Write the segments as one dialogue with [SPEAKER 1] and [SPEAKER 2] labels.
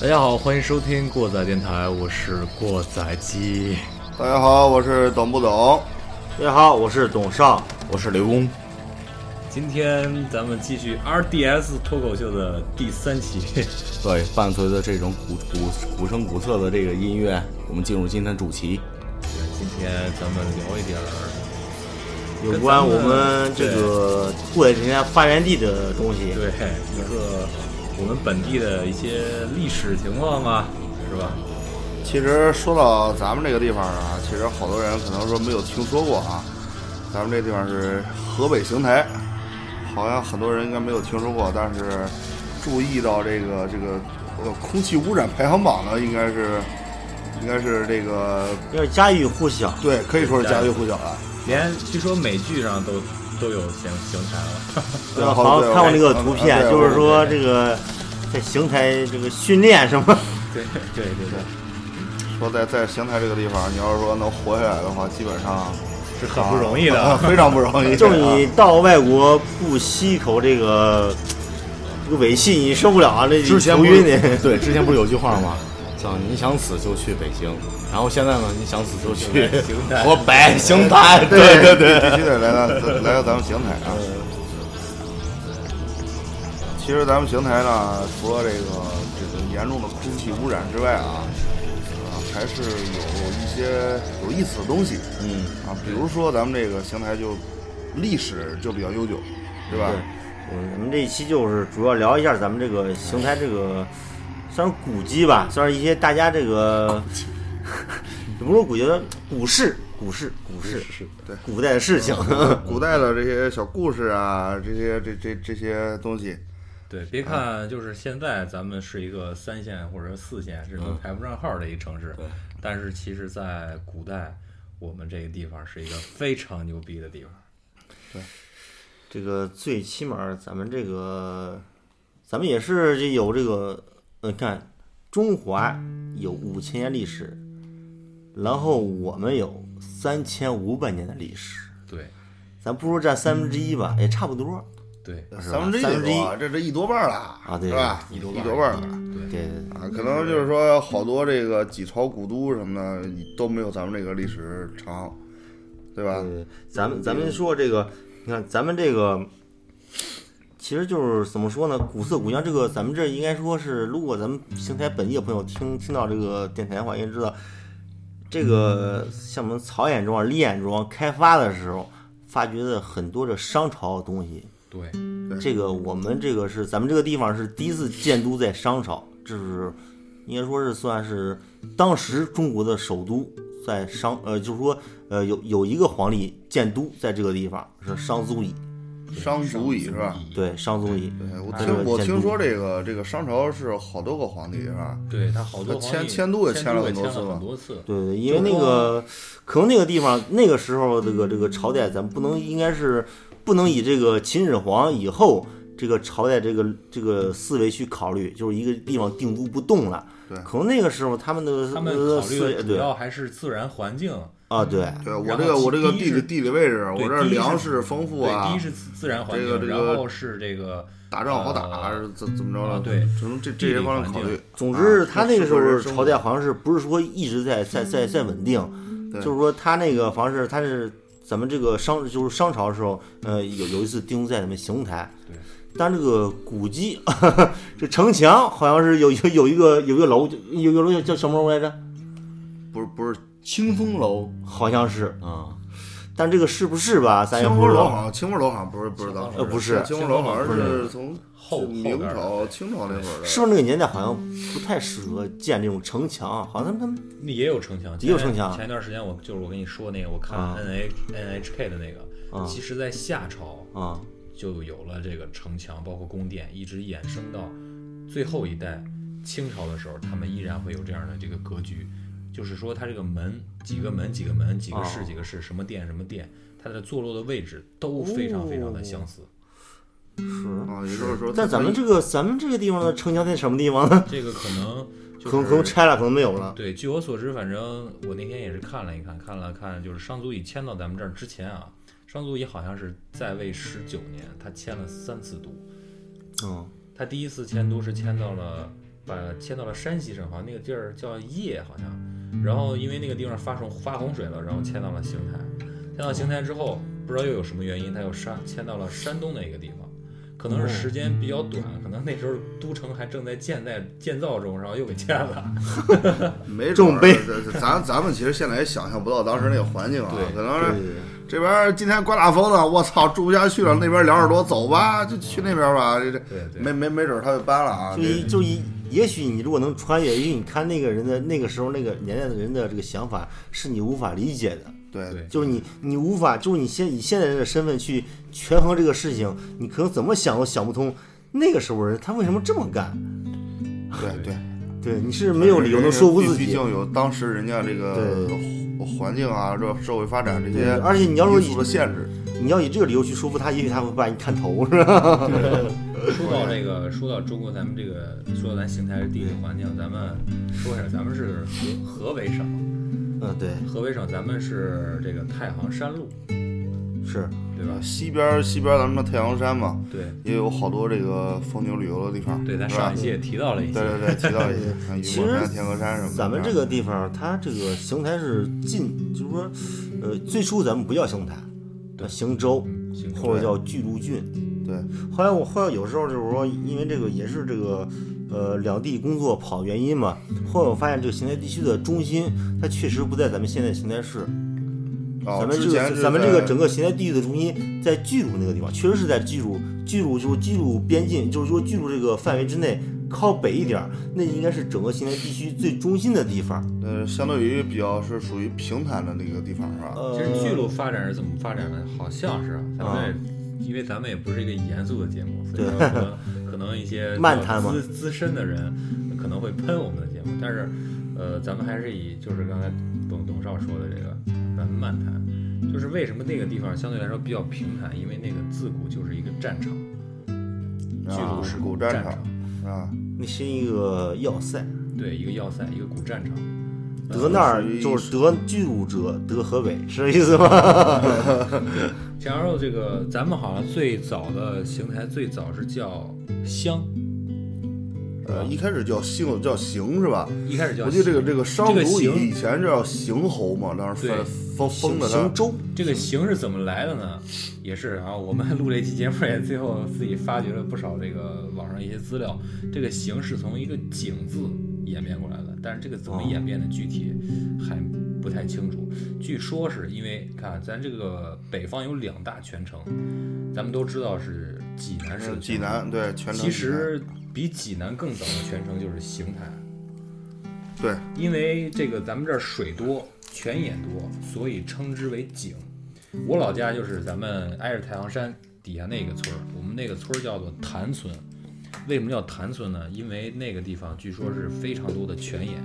[SPEAKER 1] 大家好，欢迎收听过载电台，我是过载机。
[SPEAKER 2] 大家好，我是懂不懂？
[SPEAKER 3] 大家好，我是董少，
[SPEAKER 4] 我是刘工。
[SPEAKER 5] 今天咱们继续 RDS 脱口秀的第 三期，
[SPEAKER 4] 对，伴随着这种古古古声古色的这个音乐，我们进入今天主题。
[SPEAKER 5] 今天咱们聊一点儿
[SPEAKER 3] 有关我们这个固在人家发源地的东西。
[SPEAKER 5] 对一个我们本地的一些历史情况啊，是吧？
[SPEAKER 2] 其实说到咱们这个地方啊，其实好多人可能说没有听说过啊。咱们这地方是河北邢台，好像很多人应该没有听说过，但是注意到这个这个呃空气污染排行榜呢，应该是应该是这个
[SPEAKER 3] 要是家喻户晓，
[SPEAKER 2] 对，可以说是家喻户晓啊了。
[SPEAKER 5] 连据说美剧上都都有邢邢台 了，
[SPEAKER 2] 对
[SPEAKER 3] 呃
[SPEAKER 2] 好
[SPEAKER 3] 好
[SPEAKER 2] 对
[SPEAKER 3] 像看过那个
[SPEAKER 2] 我嗯
[SPEAKER 3] 图片，
[SPEAKER 2] 对
[SPEAKER 3] 就是
[SPEAKER 2] 我
[SPEAKER 3] 说这个在邢台这个训练什 么，
[SPEAKER 5] 对对对对，
[SPEAKER 2] 说在在邢台这个地方，你要是说能活下来的话，基本上啊
[SPEAKER 5] 是很不容易的。
[SPEAKER 2] 非常不容易。
[SPEAKER 3] 就是
[SPEAKER 2] 啊
[SPEAKER 3] 你到外国不吸一口这个这个尾气，你受不了啊，这
[SPEAKER 4] 之前不
[SPEAKER 3] 头晕
[SPEAKER 4] 是
[SPEAKER 3] 的。
[SPEAKER 4] 对，之前不是有句话 吗？叫你想死就去北京，然后现在呢，你想死就 去
[SPEAKER 5] 邢台
[SPEAKER 4] 河北邢台。 对对对，
[SPEAKER 2] 必须得来到咱来到咱们邢台啊。其实咱们邢台呢，除了这个这个严重的空气污染之外啊，啊还是有一些有意思的东西
[SPEAKER 4] 嗯，
[SPEAKER 2] 啊，比如说咱们这个邢台就历史就比较悠久，对吧？
[SPEAKER 3] 我们这一期就是主要聊一下咱们这个邢台这个算是古迹吧，算是一些大家这个 也不是古迹，古事，古事，古事，
[SPEAKER 2] 对嗯
[SPEAKER 3] 古代的事情。
[SPEAKER 2] 古代的这些小故事啊，这些这这这些东西，
[SPEAKER 5] 对，别
[SPEAKER 2] 啊
[SPEAKER 5] 看就是现在咱们是一个三线或者四线，这
[SPEAKER 2] 嗯
[SPEAKER 5] 都排不上号的一个城市，但是其实，在古代，我们这个地方是一个非常牛逼的地方。
[SPEAKER 3] 这个最起码咱们这个，咱们也是这有这个，呃，看中华有五千年历史，然后我们有三千五百年的历史，
[SPEAKER 5] 对
[SPEAKER 3] 咱不如占三分之一吧，也差不多。
[SPEAKER 5] 对
[SPEAKER 2] 三分之一
[SPEAKER 3] 三分之一
[SPEAKER 2] 多，这这一多半儿了
[SPEAKER 3] 啊对
[SPEAKER 2] 是吧？
[SPEAKER 5] 一
[SPEAKER 2] 一
[SPEAKER 5] 多
[SPEAKER 2] 多
[SPEAKER 5] 半儿
[SPEAKER 2] 半儿了。
[SPEAKER 3] 对对对。
[SPEAKER 2] 啊，可能就是说好多这个几朝古都什么的都没有咱们这个历史长，对吧？
[SPEAKER 3] 对，咱们咱们说这个，你看咱们这个，其实就是怎么说呢？古色古香，这个咱们这应该说是，如果咱们邢台本地的朋友听听到这个电台的话，应该知道，这个像我们曹眼庄、李眼庄开发的时候，发掘的很多这商朝的东西。
[SPEAKER 5] 对，
[SPEAKER 3] 这个我们这个是咱们这个地方是第一次建都在商朝，这是应该说是算是当时中国的首都，在商呃，就是说呃有有一个皇帝建都在这个地方是商宗乙，
[SPEAKER 2] 商足矣是吧？
[SPEAKER 3] 对商宗乙，
[SPEAKER 2] 对，我
[SPEAKER 3] 他这
[SPEAKER 2] 听
[SPEAKER 3] 个
[SPEAKER 2] 我
[SPEAKER 3] 建
[SPEAKER 2] 听
[SPEAKER 3] 都
[SPEAKER 2] 说这个这个商朝是好多个皇帝是吧？
[SPEAKER 5] 对他好多皇
[SPEAKER 2] 他呃迁
[SPEAKER 5] 帝
[SPEAKER 2] 迁都也迁了
[SPEAKER 5] 很
[SPEAKER 2] 很多次嘛
[SPEAKER 5] 很多次。
[SPEAKER 3] 对对，因为那个可能那个地方那个时候这个这个朝代，咱们不能应该是不能以这个秦始皇以后这个朝代这个这个思维去考虑，就是一个地方定都不动了。
[SPEAKER 2] 对
[SPEAKER 3] 可能那个时候他们的
[SPEAKER 5] 他们
[SPEAKER 2] 呃
[SPEAKER 5] 考虑
[SPEAKER 3] 思维
[SPEAKER 5] 的主
[SPEAKER 3] 对
[SPEAKER 5] 要还是自然环境，
[SPEAKER 3] 啊对，
[SPEAKER 2] 对我
[SPEAKER 5] 然
[SPEAKER 2] 这个
[SPEAKER 5] 后
[SPEAKER 2] 我这个
[SPEAKER 5] 第一
[SPEAKER 2] 地理
[SPEAKER 5] 是
[SPEAKER 2] 地理位置，我
[SPEAKER 5] 对
[SPEAKER 2] 这儿
[SPEAKER 5] 第一是
[SPEAKER 2] 粮食丰富
[SPEAKER 5] 对，
[SPEAKER 2] 啊
[SPEAKER 5] 第一，是自自然环
[SPEAKER 2] 这个
[SPEAKER 5] 境，
[SPEAKER 2] 这
[SPEAKER 5] 然
[SPEAKER 2] 个
[SPEAKER 5] 后是这个
[SPEAKER 2] 打仗好打，
[SPEAKER 5] 呃
[SPEAKER 2] 是怎怎么着
[SPEAKER 5] 啊
[SPEAKER 2] 了？
[SPEAKER 5] 对
[SPEAKER 2] 从这
[SPEAKER 5] 地
[SPEAKER 2] 这
[SPEAKER 5] 理
[SPEAKER 2] 些方面
[SPEAKER 5] 环
[SPEAKER 2] 考
[SPEAKER 5] 境
[SPEAKER 2] 虑。
[SPEAKER 3] 总之，
[SPEAKER 2] 啊
[SPEAKER 3] 他那个时候朝代
[SPEAKER 2] 是
[SPEAKER 3] 好像是不是说一直在在在在稳定，
[SPEAKER 2] 对
[SPEAKER 3] 就是说他那个好像是他是咱们这个商就是商朝的时候，呃，有有一次定都在咱们邢台，
[SPEAKER 5] 对，
[SPEAKER 3] 但这个古迹 这城墙好像是有有有一个有一个楼有一个楼叫叫什么楼来着？
[SPEAKER 2] 不是不是
[SPEAKER 4] 清风楼
[SPEAKER 3] 好像是，嗯
[SPEAKER 4] 啊，
[SPEAKER 3] 但这个是不是吧？咱也
[SPEAKER 2] 清
[SPEAKER 3] 不
[SPEAKER 2] 风
[SPEAKER 3] 知
[SPEAKER 2] 楼，
[SPEAKER 3] 道。
[SPEAKER 2] 好像清风楼好像不是不知道，
[SPEAKER 5] 呃
[SPEAKER 3] 不是
[SPEAKER 2] 清风楼好像
[SPEAKER 5] 清风楼
[SPEAKER 2] 是从
[SPEAKER 5] 后后
[SPEAKER 2] 明
[SPEAKER 5] 边儿
[SPEAKER 2] 朝清朝那会儿的，
[SPEAKER 3] 是不是那个年代好像不太适合建这种城墙？好像他们
[SPEAKER 5] 那也有城墙，
[SPEAKER 3] 也有
[SPEAKER 5] 前
[SPEAKER 3] 城墙
[SPEAKER 5] 前一段时间我就是我跟你说那个，我看
[SPEAKER 3] 啊
[SPEAKER 5] N H N H K 的那个，
[SPEAKER 3] 啊
[SPEAKER 5] 其实在夏朝
[SPEAKER 3] 啊
[SPEAKER 5] 就有了这个城墙，包括宫殿，一直衍生到最后一代清朝的时候，他们依然会有这样的这个格局，就是说它这个门几个门几个门几个室
[SPEAKER 3] 哦
[SPEAKER 5] 几个室什么殿什么殿，它的坐落的位置都非常非常的相似。
[SPEAKER 3] 是。
[SPEAKER 2] 啊，也就是说，
[SPEAKER 3] 但咱们这个咱们这个地方
[SPEAKER 2] 嗯
[SPEAKER 3] 的城墙在什么地方呢？
[SPEAKER 5] 这个可能就
[SPEAKER 3] 可能可能
[SPEAKER 5] 是
[SPEAKER 3] 拆了，可能没有了。
[SPEAKER 5] 对，据我所知，反正我那天也是看了一看，看了看，就是商祖乙迁到咱们这儿之前啊，商祖乙好像是在位十九年，他迁了三次都。
[SPEAKER 3] 嗯，
[SPEAKER 5] 他第一次迁都是迁到了把迁到了山西省，好像那个地儿叫叶，好像，然后因为那个地方发洪发洪水了，然后迁到了邢台，迁到邢台之后，不知道又有什么原因，他又山迁到了山东的一个地方，可能是时间比较短，可能那时候都城还正在建在建造中，然后又给迁了。
[SPEAKER 2] 没准儿
[SPEAKER 3] 重悲
[SPEAKER 2] 这这咱咱们其实现在也想象不到当时那个环境啊，
[SPEAKER 5] 对
[SPEAKER 2] 可能
[SPEAKER 3] 对嗯
[SPEAKER 2] 是这边儿今天刮大风了，我操，住不下去了，那边两耳朵，走吧，就去那边吧，这这
[SPEAKER 5] 对对
[SPEAKER 2] 没没没准儿他就搬了啊，
[SPEAKER 3] 嗯就
[SPEAKER 2] 这
[SPEAKER 3] 一就一，也许你如果能穿越，也许你看那个人的那个时候那个年代的人的这个想法是你无法理解的，
[SPEAKER 2] 对
[SPEAKER 5] 对
[SPEAKER 3] 就是你你无法就是你现以现在人的身份去权衡这个事情，你可能怎么想都想不通，那个时候人他为什么这么干？
[SPEAKER 2] 对对，
[SPEAKER 3] 对，你是没有理由能说服自
[SPEAKER 2] 毕
[SPEAKER 3] 己。
[SPEAKER 2] 竟有当时人家这个环境啊，这社会发展这些
[SPEAKER 3] 对，而且你要说
[SPEAKER 2] 因素的限制，
[SPEAKER 3] 你要以这个理由去说服他，也许他会把你看头，是吧？
[SPEAKER 5] 说到这个，说到中国，咱们这个说到咱邢台的地理环境，咱们说一下，咱们是河河北省，
[SPEAKER 3] 嗯，对，
[SPEAKER 5] 河北省咱们是这个太行山路，
[SPEAKER 3] 是，
[SPEAKER 5] 对吧？
[SPEAKER 2] 呃西边儿西边儿咱们的太行山嘛，
[SPEAKER 5] 对
[SPEAKER 2] 也有好多这个风景旅游的地方，
[SPEAKER 5] 对，咱
[SPEAKER 2] 是吧
[SPEAKER 5] 上一期也提到了一些
[SPEAKER 2] 对，对对，提到一些，像
[SPEAKER 3] 其
[SPEAKER 2] 云
[SPEAKER 3] 实
[SPEAKER 2] 梦山、天河山什么的。
[SPEAKER 3] 咱们这个地方，它这个邢台是近，就是说，呃，最初咱们不叫邢台，叫邢州，
[SPEAKER 5] 嗯行
[SPEAKER 3] 或者叫巨鹿郡。
[SPEAKER 2] 对，
[SPEAKER 3] 后来我后来有时候就是说，因为这个也是这个，呃，两地工作跑原因嘛。后来我发现这个邢台地区的中心，它确实不在咱们现在邢台市。
[SPEAKER 2] 哦
[SPEAKER 3] 咱们这
[SPEAKER 2] 之前
[SPEAKER 3] 个
[SPEAKER 2] 是
[SPEAKER 3] 咱们这个整
[SPEAKER 2] 在
[SPEAKER 3] 个邢台地域的中心在巨鹿那个地方，确实是在巨鹿，巨鹿就是巨鹿边境，就是说巨鹿这个范围之内靠北一点儿，那应该是整个邢台地区最中心的地方。
[SPEAKER 2] 呃，相对于比较是属于平坦的那个地方是吧？
[SPEAKER 5] 其实巨鹿发展是怎么发展的？好像是啊咱们也，因为咱们也不是一个严肃的节目，所以说可能可能一 些
[SPEAKER 3] 漫谈嘛
[SPEAKER 5] 资资深的人可能会喷我们的节目，但是呃，咱们还是以就是刚才董董少说的这个，咱们漫谈，就是为什么那个地方相对来说比较平坦，因为那个自古就是一个战场，巨鹿嗯是
[SPEAKER 2] 啊古
[SPEAKER 5] 战
[SPEAKER 2] 战场啊，
[SPEAKER 3] 那是一个要塞，
[SPEAKER 5] 对，一个要塞，一个古战场。
[SPEAKER 3] 得那儿就是得巨鹿者得河北，是这意思吗？
[SPEAKER 5] 假如这个咱们好像最早的邢台最早是叫湘，
[SPEAKER 2] 呃，一开始叫姓叫邢是吧？
[SPEAKER 5] 一开始叫
[SPEAKER 2] 我记得这个这个商
[SPEAKER 5] 这个
[SPEAKER 2] 族
[SPEAKER 5] 邢
[SPEAKER 2] 以以前叫邢侯嘛，当时
[SPEAKER 5] 对
[SPEAKER 2] 分封封的
[SPEAKER 3] 邢
[SPEAKER 2] 他。
[SPEAKER 3] 州，
[SPEAKER 5] 这个行是怎么来的呢？也是啊，我们录这期节目也最后自己发掘了不少这个网上一些资料，这个行是从一个井字演变过来的，但是这个怎么演变的具体还不太清楚。据说是因为看咱这个北方有两大全城，咱们都知道是济南是
[SPEAKER 2] 是济南，对，全城
[SPEAKER 5] 其
[SPEAKER 2] 济南
[SPEAKER 5] 实比济南更早的全城就是邢台，
[SPEAKER 2] 对，
[SPEAKER 5] 因为这个咱们这儿水多，泉眼多，所以称之为井。我老家就是咱们挨着太行山底下那个村儿，我们那个村儿叫做谭村。为什么叫谭村呢？因为那个地方据说是非常多的泉眼，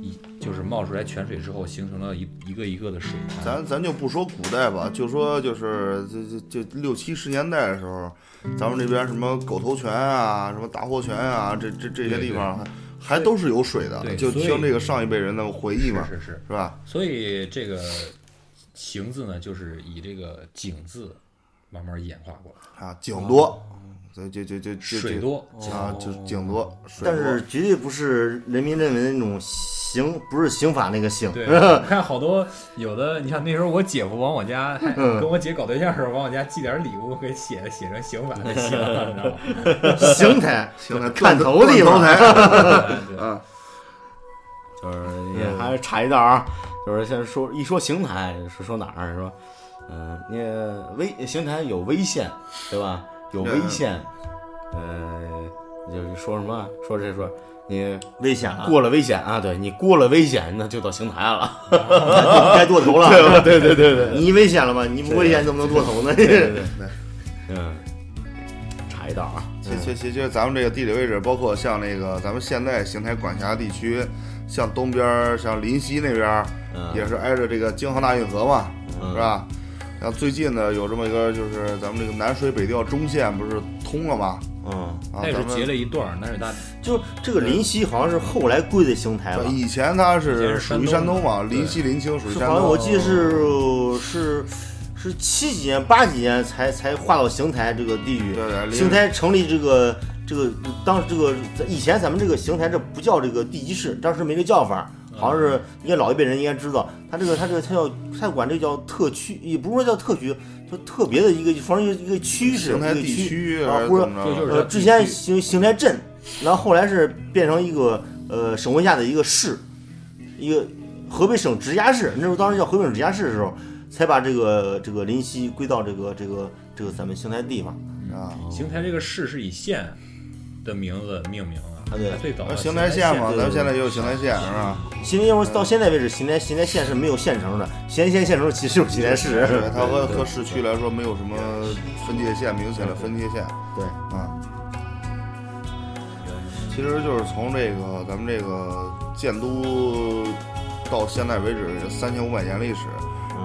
[SPEAKER 5] 一就是冒出来泉水之后，形成了一一个一个的水潭。
[SPEAKER 2] 咱咱就不说古代吧，就说就是这这这六七十年代的时候，咱们这边什么狗头泉啊，什么大霍泉啊，这这这些地方还还都是有水的。
[SPEAKER 5] 对
[SPEAKER 2] 就
[SPEAKER 5] 所以
[SPEAKER 2] 听这个上一辈人的回忆嘛，
[SPEAKER 5] 是是是。
[SPEAKER 2] 是吧？
[SPEAKER 5] 所以这个“行”字呢，就是以这个“井”字慢慢演化过来，
[SPEAKER 2] 啊，井多，所以就就就就
[SPEAKER 5] 哦水多
[SPEAKER 2] 就啊，就是井多，水
[SPEAKER 3] 但
[SPEAKER 2] 多
[SPEAKER 3] 是绝对不是人民认为的那种刑，不是刑法那个刑。
[SPEAKER 5] 对，我看好多有的，你像那时候我姐夫往我家，还
[SPEAKER 3] 嗯
[SPEAKER 5] 跟我姐搞对象的时候，往我家寄点礼物，给写写成刑法的刑，你知道 吗？
[SPEAKER 3] 邢台，
[SPEAKER 2] 邢台
[SPEAKER 3] 看头地
[SPEAKER 2] 断头
[SPEAKER 3] 方，
[SPEAKER 2] 台，
[SPEAKER 5] 对对
[SPEAKER 4] 就是也还是查一道啊，就是先说一说邢台是说哪儿是吧？嗯、你威邢台有威县对吧？有威县，呃，就是说什么说这说你
[SPEAKER 3] 危险了，
[SPEAKER 4] 过了危险啊，对你过了危险，那就到邢台了，
[SPEAKER 3] 该剁头了。
[SPEAKER 4] 对吧？对对对对，
[SPEAKER 3] 你危险了吗？你不危险怎么能剁头呢？
[SPEAKER 4] 嗯，查一道啊，
[SPEAKER 3] 嗯
[SPEAKER 2] 其其其实咱们这个地理位置，包括像那个咱们现在邢台管辖地区，像东边儿像临溪那边儿，
[SPEAKER 4] 嗯
[SPEAKER 2] 也是挨着这个京杭大运河嘛，是吧？像最近呢，有这么一个，就是咱们这个南水北调中线不是通了吗？
[SPEAKER 3] 嗯，
[SPEAKER 2] 啊，
[SPEAKER 5] 那也
[SPEAKER 2] 咱
[SPEAKER 5] 是
[SPEAKER 2] 们
[SPEAKER 5] 截了一段儿，那是大
[SPEAKER 3] 就这个林夕好像是后来归的邢台了
[SPEAKER 2] 对，以前它
[SPEAKER 5] 以前
[SPEAKER 2] 是
[SPEAKER 5] 是
[SPEAKER 2] 属于
[SPEAKER 5] 山
[SPEAKER 2] 山
[SPEAKER 5] 东
[SPEAKER 2] 东嘛，临溪临清属于啊
[SPEAKER 3] 是
[SPEAKER 2] 山
[SPEAKER 3] 好像我
[SPEAKER 2] 东。
[SPEAKER 3] 记得是是是是七几年、八几年才才划到邢台这个地域。
[SPEAKER 2] 对对
[SPEAKER 3] 邢台成立这个这个当时这个以前咱们这个邢台这不叫这个地级市，当时没这叫法，好
[SPEAKER 2] 嗯
[SPEAKER 3] 像是应该老一辈人应该知道，他这个他这个他叫他管这叫特区，也不是说叫特区，就特别的一个，反正一个趋势，
[SPEAKER 2] 邢台
[SPEAKER 3] 一个
[SPEAKER 2] 地区
[SPEAKER 3] 啊
[SPEAKER 2] 还是
[SPEAKER 3] 或者
[SPEAKER 2] 怎么
[SPEAKER 5] 这就是
[SPEAKER 2] 着？
[SPEAKER 3] 呃，
[SPEAKER 5] 叫
[SPEAKER 3] 之
[SPEAKER 5] 地
[SPEAKER 3] 前
[SPEAKER 5] 区
[SPEAKER 3] 邢邢台镇，然后后来是变成一个呃省会下的一个市，一个河北省直辖市。那时候当时叫河北省直辖市的时候，才把这个这个临溪归到这个这个这个咱们邢台地方。
[SPEAKER 2] 啊，
[SPEAKER 5] 邢台这个市是以县的名字命名的，
[SPEAKER 3] 啊对
[SPEAKER 5] 它最早
[SPEAKER 2] 那
[SPEAKER 5] 的
[SPEAKER 2] 邢
[SPEAKER 5] 台
[SPEAKER 2] 台县嘛，
[SPEAKER 5] 对
[SPEAKER 2] 咱们现在也有邢台县是吧？
[SPEAKER 3] 邢台因为到现在为止，邢台邢台县是没有县城的，邢台县县城其实有邢台市。
[SPEAKER 2] 对，它和和市区来说没有什么分界线明显的分界线
[SPEAKER 3] 对，
[SPEAKER 2] 啊。其实就是从这个咱们这个建都到现在为止三千五百年历史，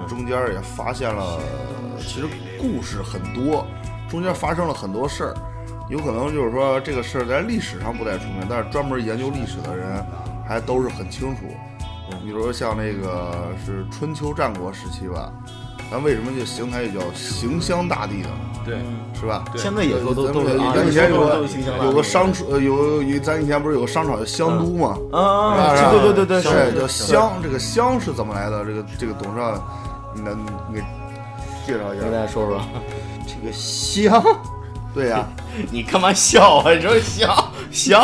[SPEAKER 2] 中间也发现了，其实故事很多，中间发生了很多事儿，有可能就是说这个事儿在历史上不太出名，但是专门研究历史的人还都是很清楚。你比如说像那个是春秋战国时期吧，咱为什么就邢台也叫邢乡大地呢？
[SPEAKER 5] 对，
[SPEAKER 2] 是吧？
[SPEAKER 5] 对
[SPEAKER 4] 现在也说都都是啊
[SPEAKER 2] 咱以前有
[SPEAKER 4] 都
[SPEAKER 2] 个
[SPEAKER 4] 是形象
[SPEAKER 2] 有个商场，呃有有咱以前不是有个商场叫香都吗？
[SPEAKER 4] 啊，
[SPEAKER 2] 是吧
[SPEAKER 4] 对对对对，
[SPEAKER 2] 是叫
[SPEAKER 4] 是
[SPEAKER 2] 香，这个香是怎么来的？这个这个董事长，你能你给介绍一
[SPEAKER 4] 你给大
[SPEAKER 2] 下？
[SPEAKER 4] 家说说，
[SPEAKER 2] 这个香，对呀、
[SPEAKER 4] 你干嘛笑啊？你说笑笑，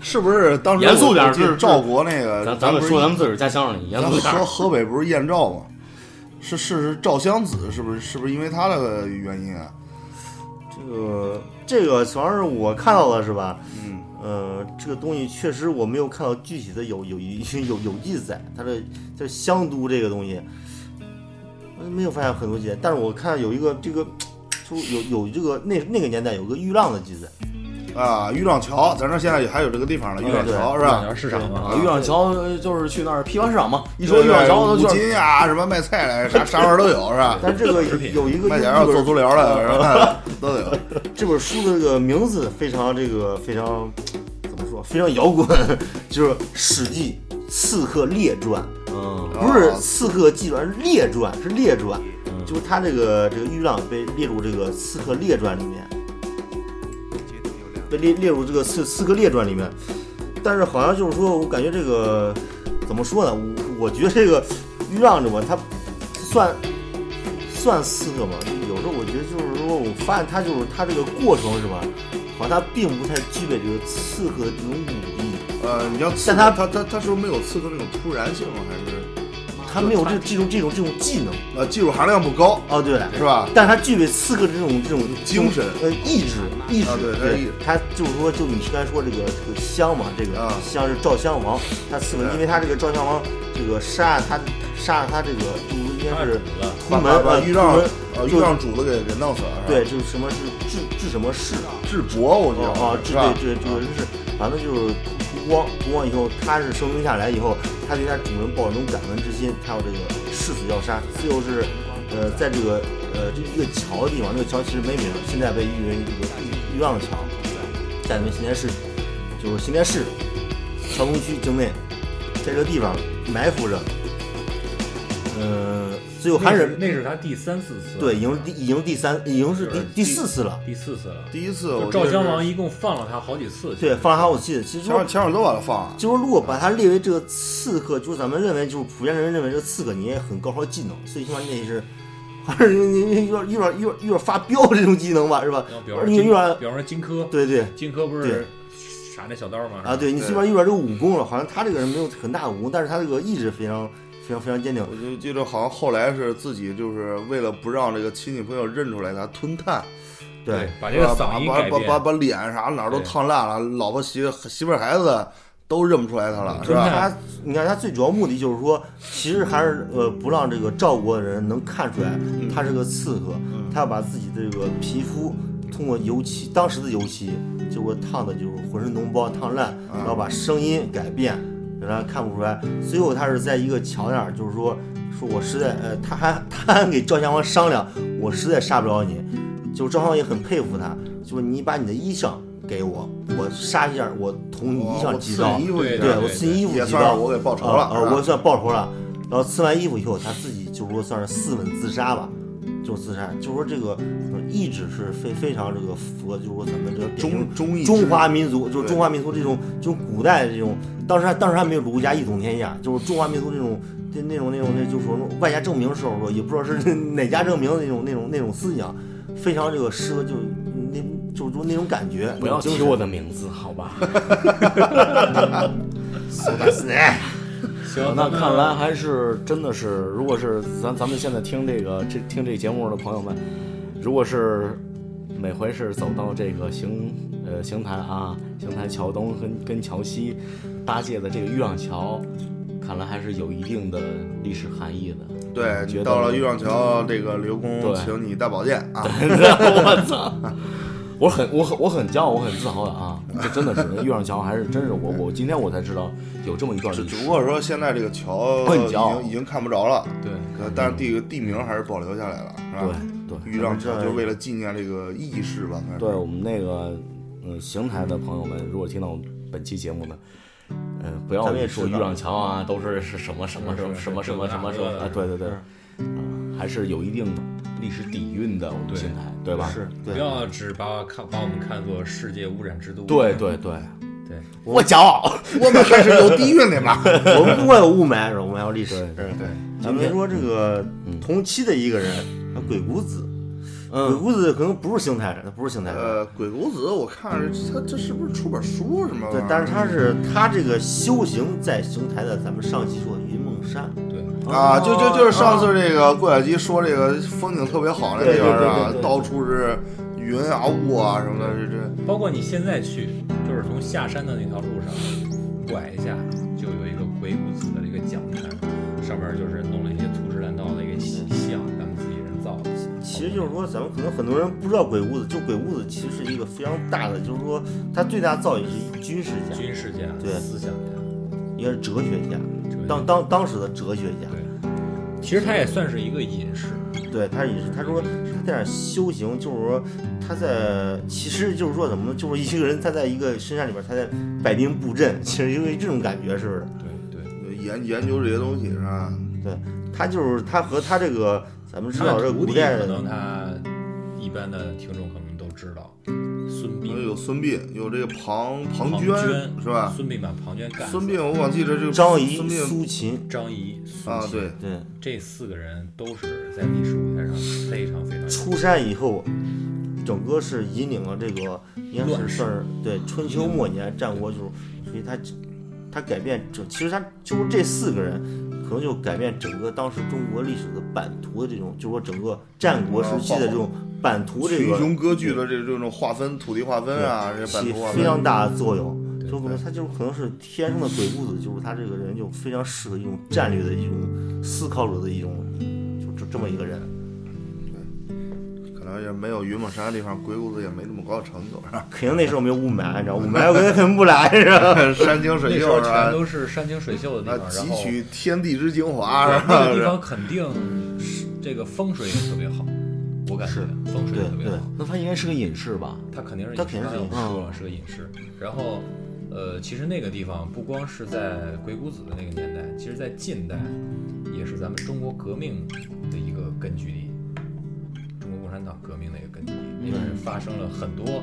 [SPEAKER 2] 是不是当时
[SPEAKER 4] 严肃点儿
[SPEAKER 2] 我记得
[SPEAKER 4] 是
[SPEAKER 2] 赵国那个，
[SPEAKER 4] 咱咱
[SPEAKER 2] 不
[SPEAKER 4] 们
[SPEAKER 2] 是
[SPEAKER 4] 说咱们自个儿家乡人，严
[SPEAKER 2] 咱
[SPEAKER 4] 肃
[SPEAKER 2] 们
[SPEAKER 4] 点
[SPEAKER 2] 河
[SPEAKER 4] 儿。
[SPEAKER 2] 河北不是燕赵吗？是是是赵襄子，是不是是不是因为他的原因啊？
[SPEAKER 3] 这个这个主要是我看到的是吧？
[SPEAKER 2] 嗯，
[SPEAKER 3] 呃，这个东西确实我没有看到具体的有有有有有记载，它这这香都这个东西，呃没有发现很多记载，但是我看有一个这个，就有有这个那那个年代有个玉浪的记载，
[SPEAKER 2] 啊，玉浪桥，咱这现在也还有这个地方了，玉浪桥是
[SPEAKER 5] 两
[SPEAKER 2] 吧
[SPEAKER 5] 条？市场嘛
[SPEAKER 4] 啊，，玉
[SPEAKER 2] 啊
[SPEAKER 4] 哎朗桥呃就是去那儿批发市场嘛，一说玉朗桥，
[SPEAKER 2] 五
[SPEAKER 4] 就
[SPEAKER 2] 金啊 呀，什么卖菜来，啥啥玩意儿都有是吧？
[SPEAKER 3] 但是这个有一个
[SPEAKER 2] 卖
[SPEAKER 3] 这
[SPEAKER 2] 点儿做
[SPEAKER 3] 本
[SPEAKER 2] 足疗的是吧？ 都有。
[SPEAKER 3] 这本书的这个名字非常这个非常怎么说非常摇滚， 就是《史记刺客列传》。
[SPEAKER 4] 嗯，
[SPEAKER 3] 不是
[SPEAKER 2] 啊
[SPEAKER 3] 刺客纪传，是列传，是列传，就是他这个这个玉浪被列入这个刺客列传里面，被列列入这个刺刺客列传里面。但是好像就是说，我感觉这个怎么说呢？我我觉得这个玉浪这吧，他算算刺客吗？有时候我觉得就是说，我发现他就是他这个过程是吧？好像他并不太具备这个刺客的这种武艺，
[SPEAKER 2] 呃，你要刺
[SPEAKER 3] 但他
[SPEAKER 2] 他他他是不是没有刺客那种突然性啊？还是
[SPEAKER 3] 他没有这这种这种这种技能。
[SPEAKER 2] 呃技术含量不高
[SPEAKER 3] 哦，对了，
[SPEAKER 2] 是吧？
[SPEAKER 3] 但是他具备刺客这种这种
[SPEAKER 2] 精神
[SPEAKER 3] 呃，意志，意志，
[SPEAKER 2] 啊对他是意志
[SPEAKER 3] 他就是说，就你刚才说这个这个襄嘛，这个
[SPEAKER 2] 啊
[SPEAKER 3] 襄是赵襄王，他刺客，
[SPEAKER 2] 对
[SPEAKER 3] 因为他这个赵襄王这个杀了他，杀了他这个就是应该是
[SPEAKER 5] 他
[SPEAKER 3] 突
[SPEAKER 2] 把
[SPEAKER 3] 门
[SPEAKER 2] 把把
[SPEAKER 3] 呃
[SPEAKER 2] 玉让
[SPEAKER 3] 突门
[SPEAKER 2] 呃
[SPEAKER 3] 就
[SPEAKER 2] 玉让主子给给弄死了，是吧
[SPEAKER 3] 对，就是什么是治治什么事啊？
[SPEAKER 2] 智伯我记得
[SPEAKER 3] 哦，
[SPEAKER 2] 是
[SPEAKER 3] 这
[SPEAKER 2] 吧？
[SPEAKER 3] 对对对，就是反正就是屠光，屠光以后他是生存下来以后，他对他主人抱有那种感恩之心，还有这个誓死要杀，最后是呃在这个呃这一个桥的地方，这个桥其实没名，现在被誉为这个玉浪桥，在咱们邢台市，就是邢台市桥东区境内，在这个地方埋伏着，呃，最后还
[SPEAKER 5] 那
[SPEAKER 3] 是
[SPEAKER 5] 是那是他第三四次，
[SPEAKER 3] 对，已经是第已经第三，已经是
[SPEAKER 5] 就
[SPEAKER 3] 第
[SPEAKER 5] 是
[SPEAKER 3] 第四次了。
[SPEAKER 5] 第四次了。
[SPEAKER 2] 第一次我
[SPEAKER 5] 赵
[SPEAKER 2] 记得
[SPEAKER 5] 襄
[SPEAKER 2] 是
[SPEAKER 5] 王一共放了他好几次，
[SPEAKER 3] 对，放了哈我记得，其实
[SPEAKER 2] 前面前面都把它放啊了，
[SPEAKER 3] 就是说如果把它列为这个刺客，就是咱们认为就是普遍人认为这个刺客你也很高超技能，最起码你得是，还是你你有点有点有点有点发飙这种技能吧，是吧
[SPEAKER 5] 然后比？方说
[SPEAKER 3] 而你
[SPEAKER 5] 荆
[SPEAKER 3] 有点
[SPEAKER 5] 比方说荆轲，
[SPEAKER 3] 对对
[SPEAKER 5] 荆轲不
[SPEAKER 3] 对
[SPEAKER 5] 是耍那小刀吗？
[SPEAKER 3] 啊，对你
[SPEAKER 2] 对
[SPEAKER 3] 虽然有点这个武功了，好像他这个人没有很大的武功，但是他这个意志非常非常非常坚定。
[SPEAKER 2] 我就记得好像后来是自己就是为了不让这个亲戚朋友认出来他吞炭，
[SPEAKER 3] 对，，
[SPEAKER 5] 把这
[SPEAKER 2] 是
[SPEAKER 5] 个
[SPEAKER 2] 吧
[SPEAKER 5] 嗓
[SPEAKER 2] 把
[SPEAKER 5] 音
[SPEAKER 2] 把
[SPEAKER 5] 改
[SPEAKER 2] 把把
[SPEAKER 5] 变，
[SPEAKER 2] 把脸啥哪儿都
[SPEAKER 5] 对
[SPEAKER 2] 烫烂了，老婆媳媳妇儿孩子都认不出来他了，是
[SPEAKER 5] 吞炭
[SPEAKER 2] 吧？
[SPEAKER 3] 他你看他最主要目的就是说，其实还是呃不让这个赵国的人能看出来
[SPEAKER 2] 嗯
[SPEAKER 3] 他是个刺客，他要把自己的这个皮肤通过油漆，当时的油漆就会烫的就是浑身脓包烫烂，
[SPEAKER 2] 嗯
[SPEAKER 3] 然后把声音改变，让他看不出来。最后他是在一个桥那儿，就是说说我实在呃，他还 他还给赵襄王商量，我实在杀不了你，就赵襄王也很佩服他，就是你把你的衣裳给我，我杀一下，我嗯捅你衣
[SPEAKER 2] 我
[SPEAKER 3] 裳
[SPEAKER 2] 我
[SPEAKER 3] 几
[SPEAKER 2] 刺
[SPEAKER 3] 刀
[SPEAKER 2] 你。衣服
[SPEAKER 5] 对
[SPEAKER 2] 一
[SPEAKER 3] 对
[SPEAKER 2] 下
[SPEAKER 3] 我刺你衣服
[SPEAKER 2] 也
[SPEAKER 3] 几
[SPEAKER 2] 算是
[SPEAKER 3] 刀，
[SPEAKER 2] 我给报仇了
[SPEAKER 3] 啊
[SPEAKER 2] 是吧
[SPEAKER 3] 我算报仇了。然后刺完衣服以后，他自己就说算是自刎自杀吧，就是自善，就是说这个呃意志是非非常这个符合，就是说咱们这个典型
[SPEAKER 2] 中中意之
[SPEAKER 3] 中华民族，就是
[SPEAKER 2] 对
[SPEAKER 3] 中华民族这种这种古代的这种，当时还当时还没有儒家一统天下，就是中华民族这种这那种那种那就是说外家证明时候说，也不知道是哪家证明的那种那种那种思想，非常这个适合就是那就是说那种感觉，
[SPEAKER 4] 不要
[SPEAKER 3] 那种精
[SPEAKER 4] 提
[SPEAKER 3] 神
[SPEAKER 4] 我的名字，好吧？
[SPEAKER 3] 苏打死你。
[SPEAKER 5] 行，
[SPEAKER 4] 哦那看来还是真的是，如果是咱咱们现在听这个这听这节目的朋友们，如果是每回是走到这个邢呃邢台啊，邢台桥东跟跟桥西搭界的这个豫让桥，看来还是有一定的历史含义的。
[SPEAKER 2] 对，你
[SPEAKER 4] 觉得
[SPEAKER 2] 到了豫让桥，这个刘公
[SPEAKER 4] 对
[SPEAKER 2] 请你带宝剑啊！
[SPEAKER 4] 我操！我很我很我很骄傲，我很自豪的啊！这真的是豫让桥，还是真是我我今天我才知道有这么一段
[SPEAKER 2] 只
[SPEAKER 4] 历
[SPEAKER 2] 只
[SPEAKER 4] 史
[SPEAKER 2] 不。过说现在这个桥
[SPEAKER 4] 很
[SPEAKER 2] 已
[SPEAKER 4] 骄傲
[SPEAKER 2] 经已经看不着了，
[SPEAKER 5] 对，
[SPEAKER 2] 呃但是地地名还是保留下来了，是
[SPEAKER 4] 对
[SPEAKER 2] 吧？
[SPEAKER 4] 对，
[SPEAKER 2] 豫让桥就为了纪念这个义士吧，反正
[SPEAKER 4] 对我们那个嗯邢台的朋友们，如果听到本期节目呢，呃，不要
[SPEAKER 3] 咱们也
[SPEAKER 4] 说
[SPEAKER 3] 知
[SPEAKER 4] 豫
[SPEAKER 3] 道
[SPEAKER 4] 让桥啊，都是是什么什么
[SPEAKER 5] 是
[SPEAKER 4] 什么
[SPEAKER 5] 是
[SPEAKER 4] 什么
[SPEAKER 5] 是
[SPEAKER 4] 什么什么
[SPEAKER 5] 是
[SPEAKER 4] 什么
[SPEAKER 5] 是
[SPEAKER 4] 啊，对对对，啊，还是有一定历史底蕴的，我们
[SPEAKER 5] 对
[SPEAKER 4] 邢台， 对吧？
[SPEAKER 3] 是
[SPEAKER 5] 不
[SPEAKER 3] 对，
[SPEAKER 5] 要只把我看把我们看作世界污染之都。
[SPEAKER 4] 对对对，
[SPEAKER 5] 对，
[SPEAKER 4] 我骄傲。
[SPEAKER 2] 我们还是有底蕴的嘛。
[SPEAKER 3] 我们不光有雾霾，是吧我们还有历史。
[SPEAKER 4] 对
[SPEAKER 2] 对，
[SPEAKER 3] 咱们说这个
[SPEAKER 2] 嗯
[SPEAKER 3] 同期的一个人，啊鬼谷子，鬼
[SPEAKER 4] 嗯，
[SPEAKER 3] 谷子可能不是邢台人，他不是邢台 人，
[SPEAKER 2] 呃，鬼谷子，我看是他这是不是出本书什么玩意
[SPEAKER 3] 对
[SPEAKER 2] 儿？，
[SPEAKER 3] 但是他是他这个修行在邢台的，咱们上期说云梦山，
[SPEAKER 5] 对，
[SPEAKER 2] 啊，就就就是上次这个郭晓基说这个风景特别好那地方啊
[SPEAKER 4] 对对对对，对
[SPEAKER 2] 到处是云啊雾啊什么的，这这
[SPEAKER 5] 包括你现在去，就是从下山的那条路上拐一下，就有一个鬼谷子的这个讲坛，上面就是弄了一些粗制滥造的一个像，咱们自己人造的。
[SPEAKER 3] 其实就是说咱们可能很多人不知道鬼谷子，就鬼谷子其实是一个非常大的，就是说他最大造诣是军事家，
[SPEAKER 5] 军事家、
[SPEAKER 3] 对
[SPEAKER 5] 啊思想家，
[SPEAKER 3] 应该是哲学家，
[SPEAKER 5] 哲学
[SPEAKER 3] 当当当时的哲学家，
[SPEAKER 5] 其实他也算是一个隐士，
[SPEAKER 3] 对他也是，他说他在那儿修行，就是说他在，其实就是说怎么呢？就是一个人他在一个深山里边，他在摆兵布阵，其实因为这种感觉似的。
[SPEAKER 5] 对对，
[SPEAKER 2] 研研究这些东西是吧？
[SPEAKER 3] 对他就是他和他这个咱们知
[SPEAKER 5] 他
[SPEAKER 3] 道这
[SPEAKER 5] 的
[SPEAKER 3] 个
[SPEAKER 5] 徒
[SPEAKER 3] 古
[SPEAKER 5] 弟
[SPEAKER 3] 代
[SPEAKER 5] 可
[SPEAKER 3] 的
[SPEAKER 5] 能他一般的听众可能都知道，孙膑、
[SPEAKER 2] 有孙膑，有这个庞庞
[SPEAKER 5] 庞
[SPEAKER 2] 涓是吧？
[SPEAKER 5] 孙膑把庞涓干死，
[SPEAKER 2] 孙膑，我光记得这个
[SPEAKER 3] 张仪
[SPEAKER 2] 孙、膑
[SPEAKER 3] 苏秦，
[SPEAKER 5] 张仪、苏
[SPEAKER 2] 啊，
[SPEAKER 5] 秦
[SPEAKER 2] 对，
[SPEAKER 3] 对，
[SPEAKER 5] 这四个人都是在历史舞台上非常非常
[SPEAKER 3] 出山以后，整个是引领了这个应该是
[SPEAKER 5] 乱世
[SPEAKER 3] 算是对春秋末年战国，就是所以他他改变整，其实他就是这四个人。可能就改变整个当时中国历史的版图的这种，就是说整个战国时期的这种版图这
[SPEAKER 2] 群
[SPEAKER 3] 个
[SPEAKER 2] 雄割据的这这种划分土地划分啊，这些版
[SPEAKER 3] 起
[SPEAKER 2] 图划
[SPEAKER 3] 非
[SPEAKER 2] 分。
[SPEAKER 3] 常大的作用。就可能
[SPEAKER 2] 对
[SPEAKER 3] 他就是可能是天生的鬼谷子，就是他这个人就非常适合一种战略的一种思考者的一种，就这这么一个人。
[SPEAKER 2] 可能也没有云梦山的地方，鬼谷子也没那么高的成就，是吧？
[SPEAKER 3] 肯定那时候没有雾霾，你知道雾霾我肯定不来，是吧？
[SPEAKER 2] 山清
[SPEAKER 5] 那
[SPEAKER 2] 水
[SPEAKER 5] 时候
[SPEAKER 2] 秀是
[SPEAKER 5] 全
[SPEAKER 2] 吧？
[SPEAKER 5] 都是山清水秀的
[SPEAKER 2] 那
[SPEAKER 5] 地方，然
[SPEAKER 2] 汲
[SPEAKER 5] 后
[SPEAKER 2] 取天地之精华
[SPEAKER 5] 对
[SPEAKER 2] 是
[SPEAKER 5] 那个地
[SPEAKER 2] 吧？
[SPEAKER 5] 方肯定是这个风水也特别好，我感觉风水也特别
[SPEAKER 3] 对
[SPEAKER 5] 好
[SPEAKER 3] 对，
[SPEAKER 4] 那他应该是个隐士吧？
[SPEAKER 5] 它肯定是
[SPEAKER 3] 它
[SPEAKER 5] 隐士，
[SPEAKER 3] 肯定是
[SPEAKER 5] 刚才我
[SPEAKER 3] 隐士
[SPEAKER 5] 说了是个隐士。然后，呃，其实那个地方不光是在鬼谷子的那个年代，其实在近代也是咱们中国革命的一个根据地，中国共产党革命的一个根据地，那边是
[SPEAKER 3] 嗯
[SPEAKER 5] 发生了很多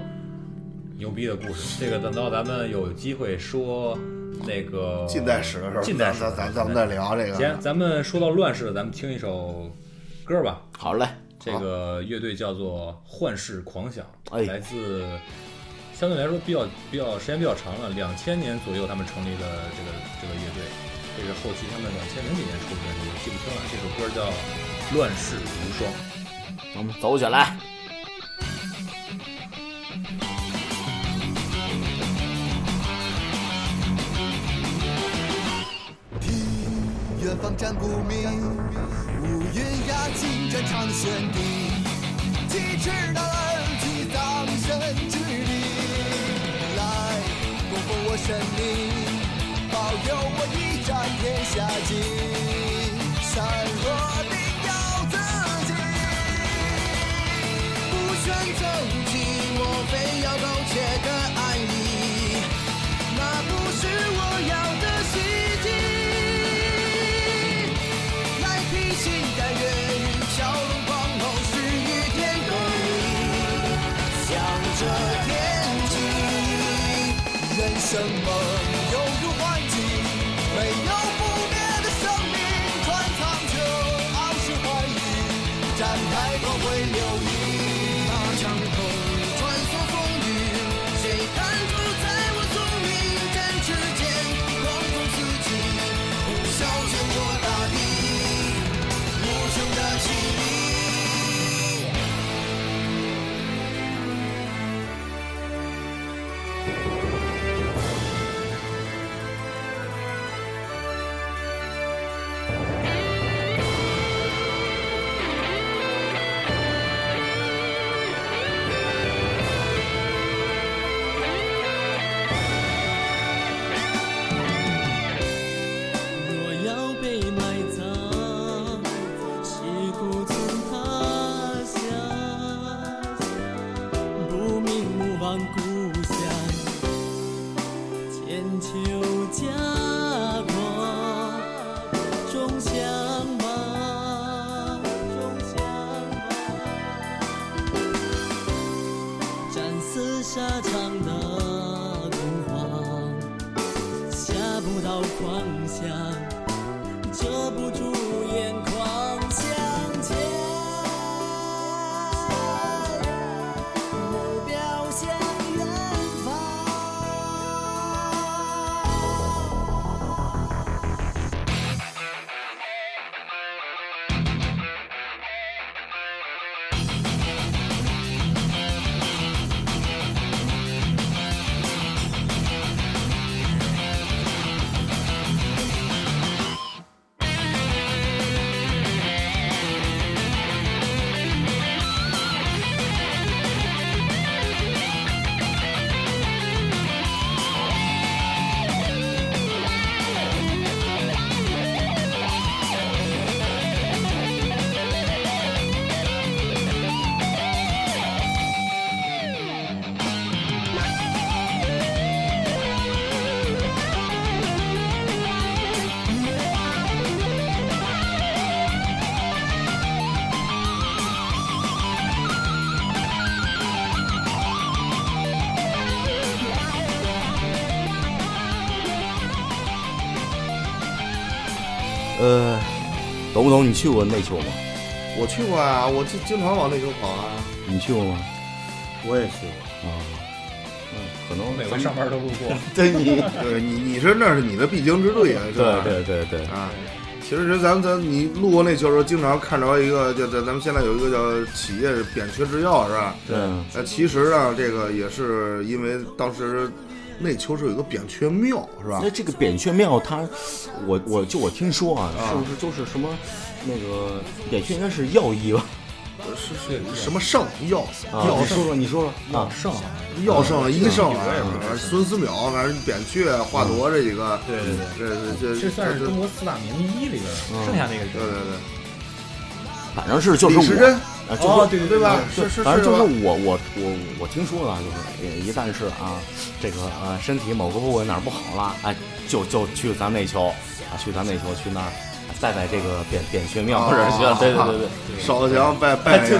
[SPEAKER 5] 牛逼的故事。这个等到咱们有机会说那个
[SPEAKER 2] 近代史的时候，
[SPEAKER 5] 近代史的
[SPEAKER 2] 咱
[SPEAKER 5] 时候，
[SPEAKER 2] 咱咱们再聊这
[SPEAKER 5] 行，
[SPEAKER 2] 个。
[SPEAKER 5] 咱们说到乱世了，咱们听一首歌吧。
[SPEAKER 4] 好嘞，
[SPEAKER 5] 这个乐队叫做幻视狂想，
[SPEAKER 4] 哎
[SPEAKER 5] 来自相对来说比较比较时间比较长了，两千年左右他们成立的这个这个乐队，这是后期他们两千零几年出的专辑，我记不清了。这首歌叫《乱世无双》。
[SPEAKER 4] 我们走起来。
[SPEAKER 6] 听远方战鼓鸣，乌云压境战场的喧宾，疾驰的耳机葬身之地。来，供奉我神明，保佑我一战天下计，善恶定要自己。不选择无期，我非要苟且的爱你，那不是我要的奇迹。来披星戴月与骁龙光头是着天际。人生梦犹如幻境，没有不灭的生命，穿苍穹，傲视怀疑，展开光辉流萤。大长空穿梭风雨，谁看出在我宿命针之间，狂风四起，呼啸卷过大地，无声的绮丽。
[SPEAKER 7] 若要被埋葬，尸骨从他乡，不明勿忘故乡，千秋家国终相忘，终相忘，战死沙场的恐慌。吓不到狂想，遮不住眼眶，向前。目标向远方。
[SPEAKER 4] 呃，懂不懂？你去过内丘吗？
[SPEAKER 2] 我去过啊，我经经常往那头跑 啊。
[SPEAKER 4] 你去过吗？
[SPEAKER 3] 我也去过，
[SPEAKER 4] 啊，嗯，可能
[SPEAKER 5] 每回
[SPEAKER 4] 咱们
[SPEAKER 5] 上班都路过，
[SPEAKER 4] 对你，
[SPEAKER 2] 对你，你是那是你的必经之路也是吧？
[SPEAKER 4] 对对对对，
[SPEAKER 2] 啊。其实咱咱你路过那球的时候，经常看着一个叫咱咱们现在有一个叫企业是扁鹊制药是吧？
[SPEAKER 4] 对，
[SPEAKER 2] 呃，其实啊，这个也是因为当时那球是有一个扁鹊庙是吧
[SPEAKER 4] 那？这个扁鹊庙，它，我我就我听说啊，是不是就是什么那个 扁鹊应该是药医吧？
[SPEAKER 2] 是是什么圣药
[SPEAKER 4] 啊，
[SPEAKER 2] 药
[SPEAKER 4] 你
[SPEAKER 2] 圣
[SPEAKER 4] 说说，你说说啊，
[SPEAKER 5] 上海
[SPEAKER 2] 药圣医圣啊，孙思邈，反正扁鹊、华佗这几个，
[SPEAKER 5] 对对对
[SPEAKER 2] 这这
[SPEAKER 5] 这算嗯是
[SPEAKER 2] 对
[SPEAKER 5] 中国四大名医里边儿剩下那个
[SPEAKER 2] 对
[SPEAKER 5] 人。
[SPEAKER 2] 对。
[SPEAKER 4] 反正是就是
[SPEAKER 2] 李时
[SPEAKER 4] 我
[SPEAKER 2] 珍，
[SPEAKER 4] 啊，就
[SPEAKER 5] 哦，
[SPEAKER 4] 是
[SPEAKER 5] 对对
[SPEAKER 2] 对吧？
[SPEAKER 4] 对
[SPEAKER 2] 是是
[SPEAKER 4] 反正就是
[SPEAKER 2] 吧
[SPEAKER 4] 我我我我听说了，就是呃一旦是啊，这个呃身体某个部位哪儿不好了，哎，就就去咱内丘啊，去咱内丘去那儿拜拜这个扁扁鹊庙或者去哦了，对对对对，
[SPEAKER 2] 少强拜拜啊
[SPEAKER 4] 对对对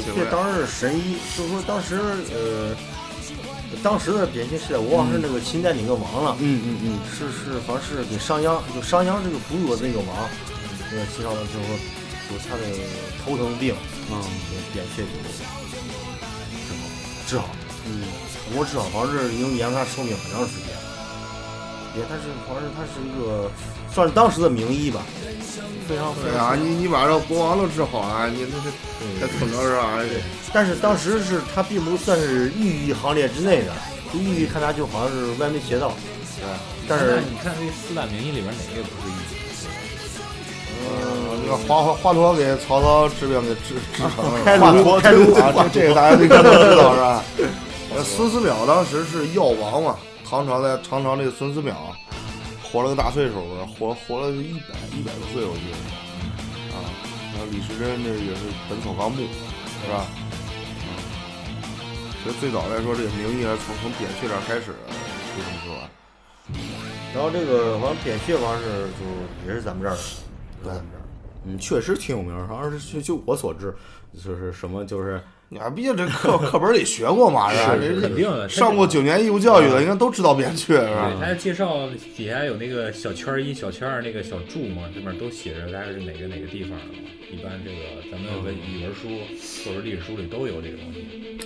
[SPEAKER 2] 对
[SPEAKER 3] 扁鹊当时是神医，就是说当时呃，当时的扁鹊是在我忘了是那个秦代哪个王了，
[SPEAKER 4] 嗯嗯嗯，
[SPEAKER 3] 是是，好像是给商鞅，就商鞅这个哺乳的那个王，那个介绍了之后，有他的头疼病，嗯，扁鹊就治好，治好，嗯，我治好，好像是能延长他寿命很长时间，也他是好像是他是一个算是当时的名医吧，非常非
[SPEAKER 2] 对
[SPEAKER 3] 常
[SPEAKER 2] 啊，你你把这国王都治好啊，你这啊这在捧着是吧？
[SPEAKER 3] 但是当时是他并不算是御医行列之内的，就御医看他就好像是歪门邪道，啊
[SPEAKER 2] 对，
[SPEAKER 3] 但是
[SPEAKER 5] 那你看这四大名医里边哪个也不是医？
[SPEAKER 2] 这个华华佗给曹操治病给治治成了，
[SPEAKER 3] 开
[SPEAKER 2] 华
[SPEAKER 3] 颅开颅
[SPEAKER 2] 啊，这这个大家应该都知道是吧？呃孙思邈当时是药王嘛，唐朝在唐朝这个孙思邈活了个大岁数吧，活活了一百一百多岁我记得是啊，然后李时珍这也是《本草纲目》是吧？嗯其实最早来说，这个名义还是从从扁鹊这儿开始推崇出来。
[SPEAKER 3] 然后这个好像扁鹊好像是就也是咱们这儿的，在咱们这儿。
[SPEAKER 4] 嗯，确实挺有名儿，好像是就就我所知，就是什么就是
[SPEAKER 2] 啊，毕竟这课 课本里学过嘛，是吧？
[SPEAKER 5] 是啊肯
[SPEAKER 2] 这
[SPEAKER 5] 定的，
[SPEAKER 2] 上过九年义务教育的，应该都知道编剧，是吧
[SPEAKER 5] 对，？他介绍底下有那个小圈儿一、小圈二那个小注嘛，这边都写着大概是哪个哪个地方的嘛。一般这个咱们文语文书或者历史书里都有这个东西。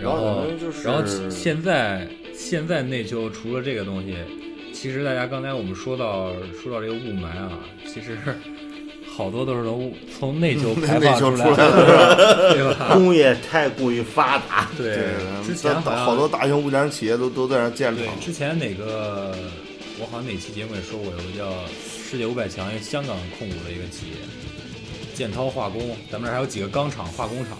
[SPEAKER 5] 然后
[SPEAKER 4] 然后咱们就是
[SPEAKER 5] 然后现在现在内疚除了这个东西，其实大家刚才我们说到说到这个雾霾啊，其实好多都是从雾从内 疚排
[SPEAKER 2] 内
[SPEAKER 5] 放
[SPEAKER 2] 疚
[SPEAKER 5] 出
[SPEAKER 2] 出
[SPEAKER 5] 来
[SPEAKER 2] 来
[SPEAKER 5] 的，对吧？
[SPEAKER 3] 工业太过于发达，
[SPEAKER 5] 对
[SPEAKER 2] 对，
[SPEAKER 5] 之前好像
[SPEAKER 2] 好多大型物联企业都都在那建厂
[SPEAKER 5] 对，，之前哪个我好像哪期节目也说过，有个叫世界五百强，一个香港控股的一个企业，建滔化工，咱们这儿还有几个钢厂、化工厂，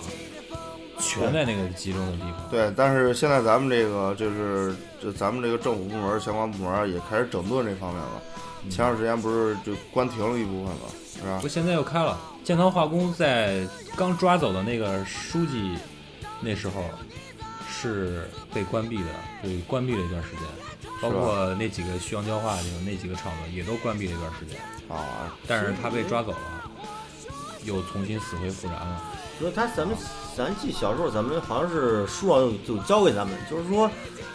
[SPEAKER 5] 全在那个集中的地方。
[SPEAKER 2] 对，但是现在咱们这个就是这咱们这个政府部门相关部门也开始整顿这方面了。
[SPEAKER 5] 嗯
[SPEAKER 2] 前段时间不是就关停了一部分吗？是吧
[SPEAKER 5] 不，过现在又开了，建滔化工在刚抓走的那个书记，那时候是被关闭的，对，关闭了一段时间，包括那几个旭阳交化那个那几个厂子也都关闭了一段时间，
[SPEAKER 2] 啊，
[SPEAKER 5] 但是他被抓走了，又重新死灰复燃了。
[SPEAKER 3] 说他咱们咱记小时候，咱们好像是书上就就教给咱们，就是说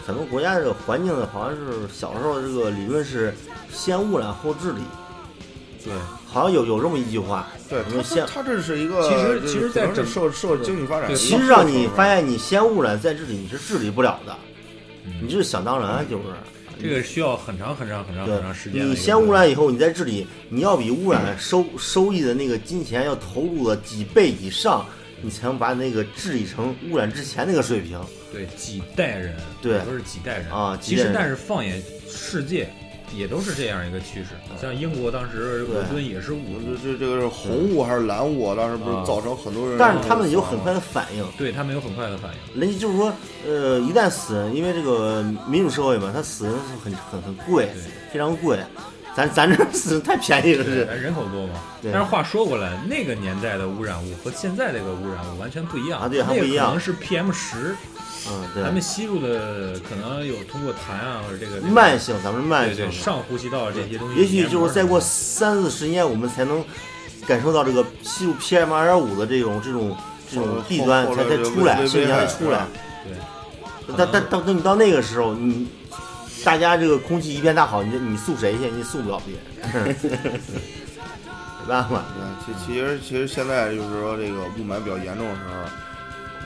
[SPEAKER 3] 咱们国家这个环境好像是小时候这个理论是先污染后治理，
[SPEAKER 5] 对，
[SPEAKER 3] 好像有有这么一句话。
[SPEAKER 2] 对，
[SPEAKER 3] 我们
[SPEAKER 2] 它
[SPEAKER 3] 先
[SPEAKER 2] 它这是一个，
[SPEAKER 5] 其实
[SPEAKER 2] 就
[SPEAKER 5] 其实
[SPEAKER 2] 可
[SPEAKER 5] 在
[SPEAKER 2] 能是
[SPEAKER 5] 整
[SPEAKER 2] 社社经济发展，
[SPEAKER 5] 对
[SPEAKER 3] 其实让你发现你先污染再治理，你是治理不了的，你这是想当然就是。
[SPEAKER 5] 嗯这个需要很长很长很长很长时
[SPEAKER 3] 对，
[SPEAKER 5] 间的一个过程。
[SPEAKER 3] 你先污染以后，你再治理，你要比污染收收益的那个金钱要投入的几倍以上，你才能把那个治理成污染之前那个水平。
[SPEAKER 5] 对几代人，
[SPEAKER 3] 对
[SPEAKER 5] 也都是几代人
[SPEAKER 3] 啊
[SPEAKER 5] 其
[SPEAKER 3] 几代
[SPEAKER 5] 实
[SPEAKER 3] 人
[SPEAKER 5] 但是放眼世界，也都是这样一个趋势。像英国当时
[SPEAKER 3] 嗯对
[SPEAKER 5] 伦敦也是五，
[SPEAKER 2] 这这这个是红雾还是蓝雾啊？当时不是
[SPEAKER 5] 啊
[SPEAKER 2] 造成很多人，
[SPEAKER 3] 但是他们有很快的反应，
[SPEAKER 5] 对他们有很快的反应。
[SPEAKER 3] 人家就是说，呃，一旦死人，因为这个民主社会嘛，他死人是很很很贵，非常贵。咱咱这死人太便宜了，这
[SPEAKER 5] 哎人口多嘛，
[SPEAKER 3] 对
[SPEAKER 5] 但是话说回来，那个年代的污染物和现在这个污染物完全不一样
[SPEAKER 3] 啊对还不一
[SPEAKER 5] 那个
[SPEAKER 3] 样
[SPEAKER 5] 可能是 PM 十，
[SPEAKER 3] 嗯，
[SPEAKER 5] 咱们
[SPEAKER 3] 对，
[SPEAKER 5] 吸入的可能有通过痰啊或者这个
[SPEAKER 3] 慢，性，咱们是慢
[SPEAKER 5] 对
[SPEAKER 3] 性
[SPEAKER 5] 对，
[SPEAKER 3] 的
[SPEAKER 5] 上呼吸道这些东西黏膜上，
[SPEAKER 3] 也许就是再过三四十年，我们才能感受到这个吸入 PM 二点五的这种这种这
[SPEAKER 2] 呃
[SPEAKER 3] 种弊端
[SPEAKER 2] 后后
[SPEAKER 3] 才才
[SPEAKER 2] 后
[SPEAKER 3] 出来，
[SPEAKER 2] 微
[SPEAKER 3] 现象才
[SPEAKER 2] 微
[SPEAKER 3] 出来。
[SPEAKER 5] 对，
[SPEAKER 3] 但
[SPEAKER 2] 啊
[SPEAKER 3] 但但等你到那个时候，你大家这个空气一片大好，你你诉谁去？你诉不了别人， 没办法。
[SPEAKER 2] 对，其其实其实现在就是说这个雾霾比较严重的时候，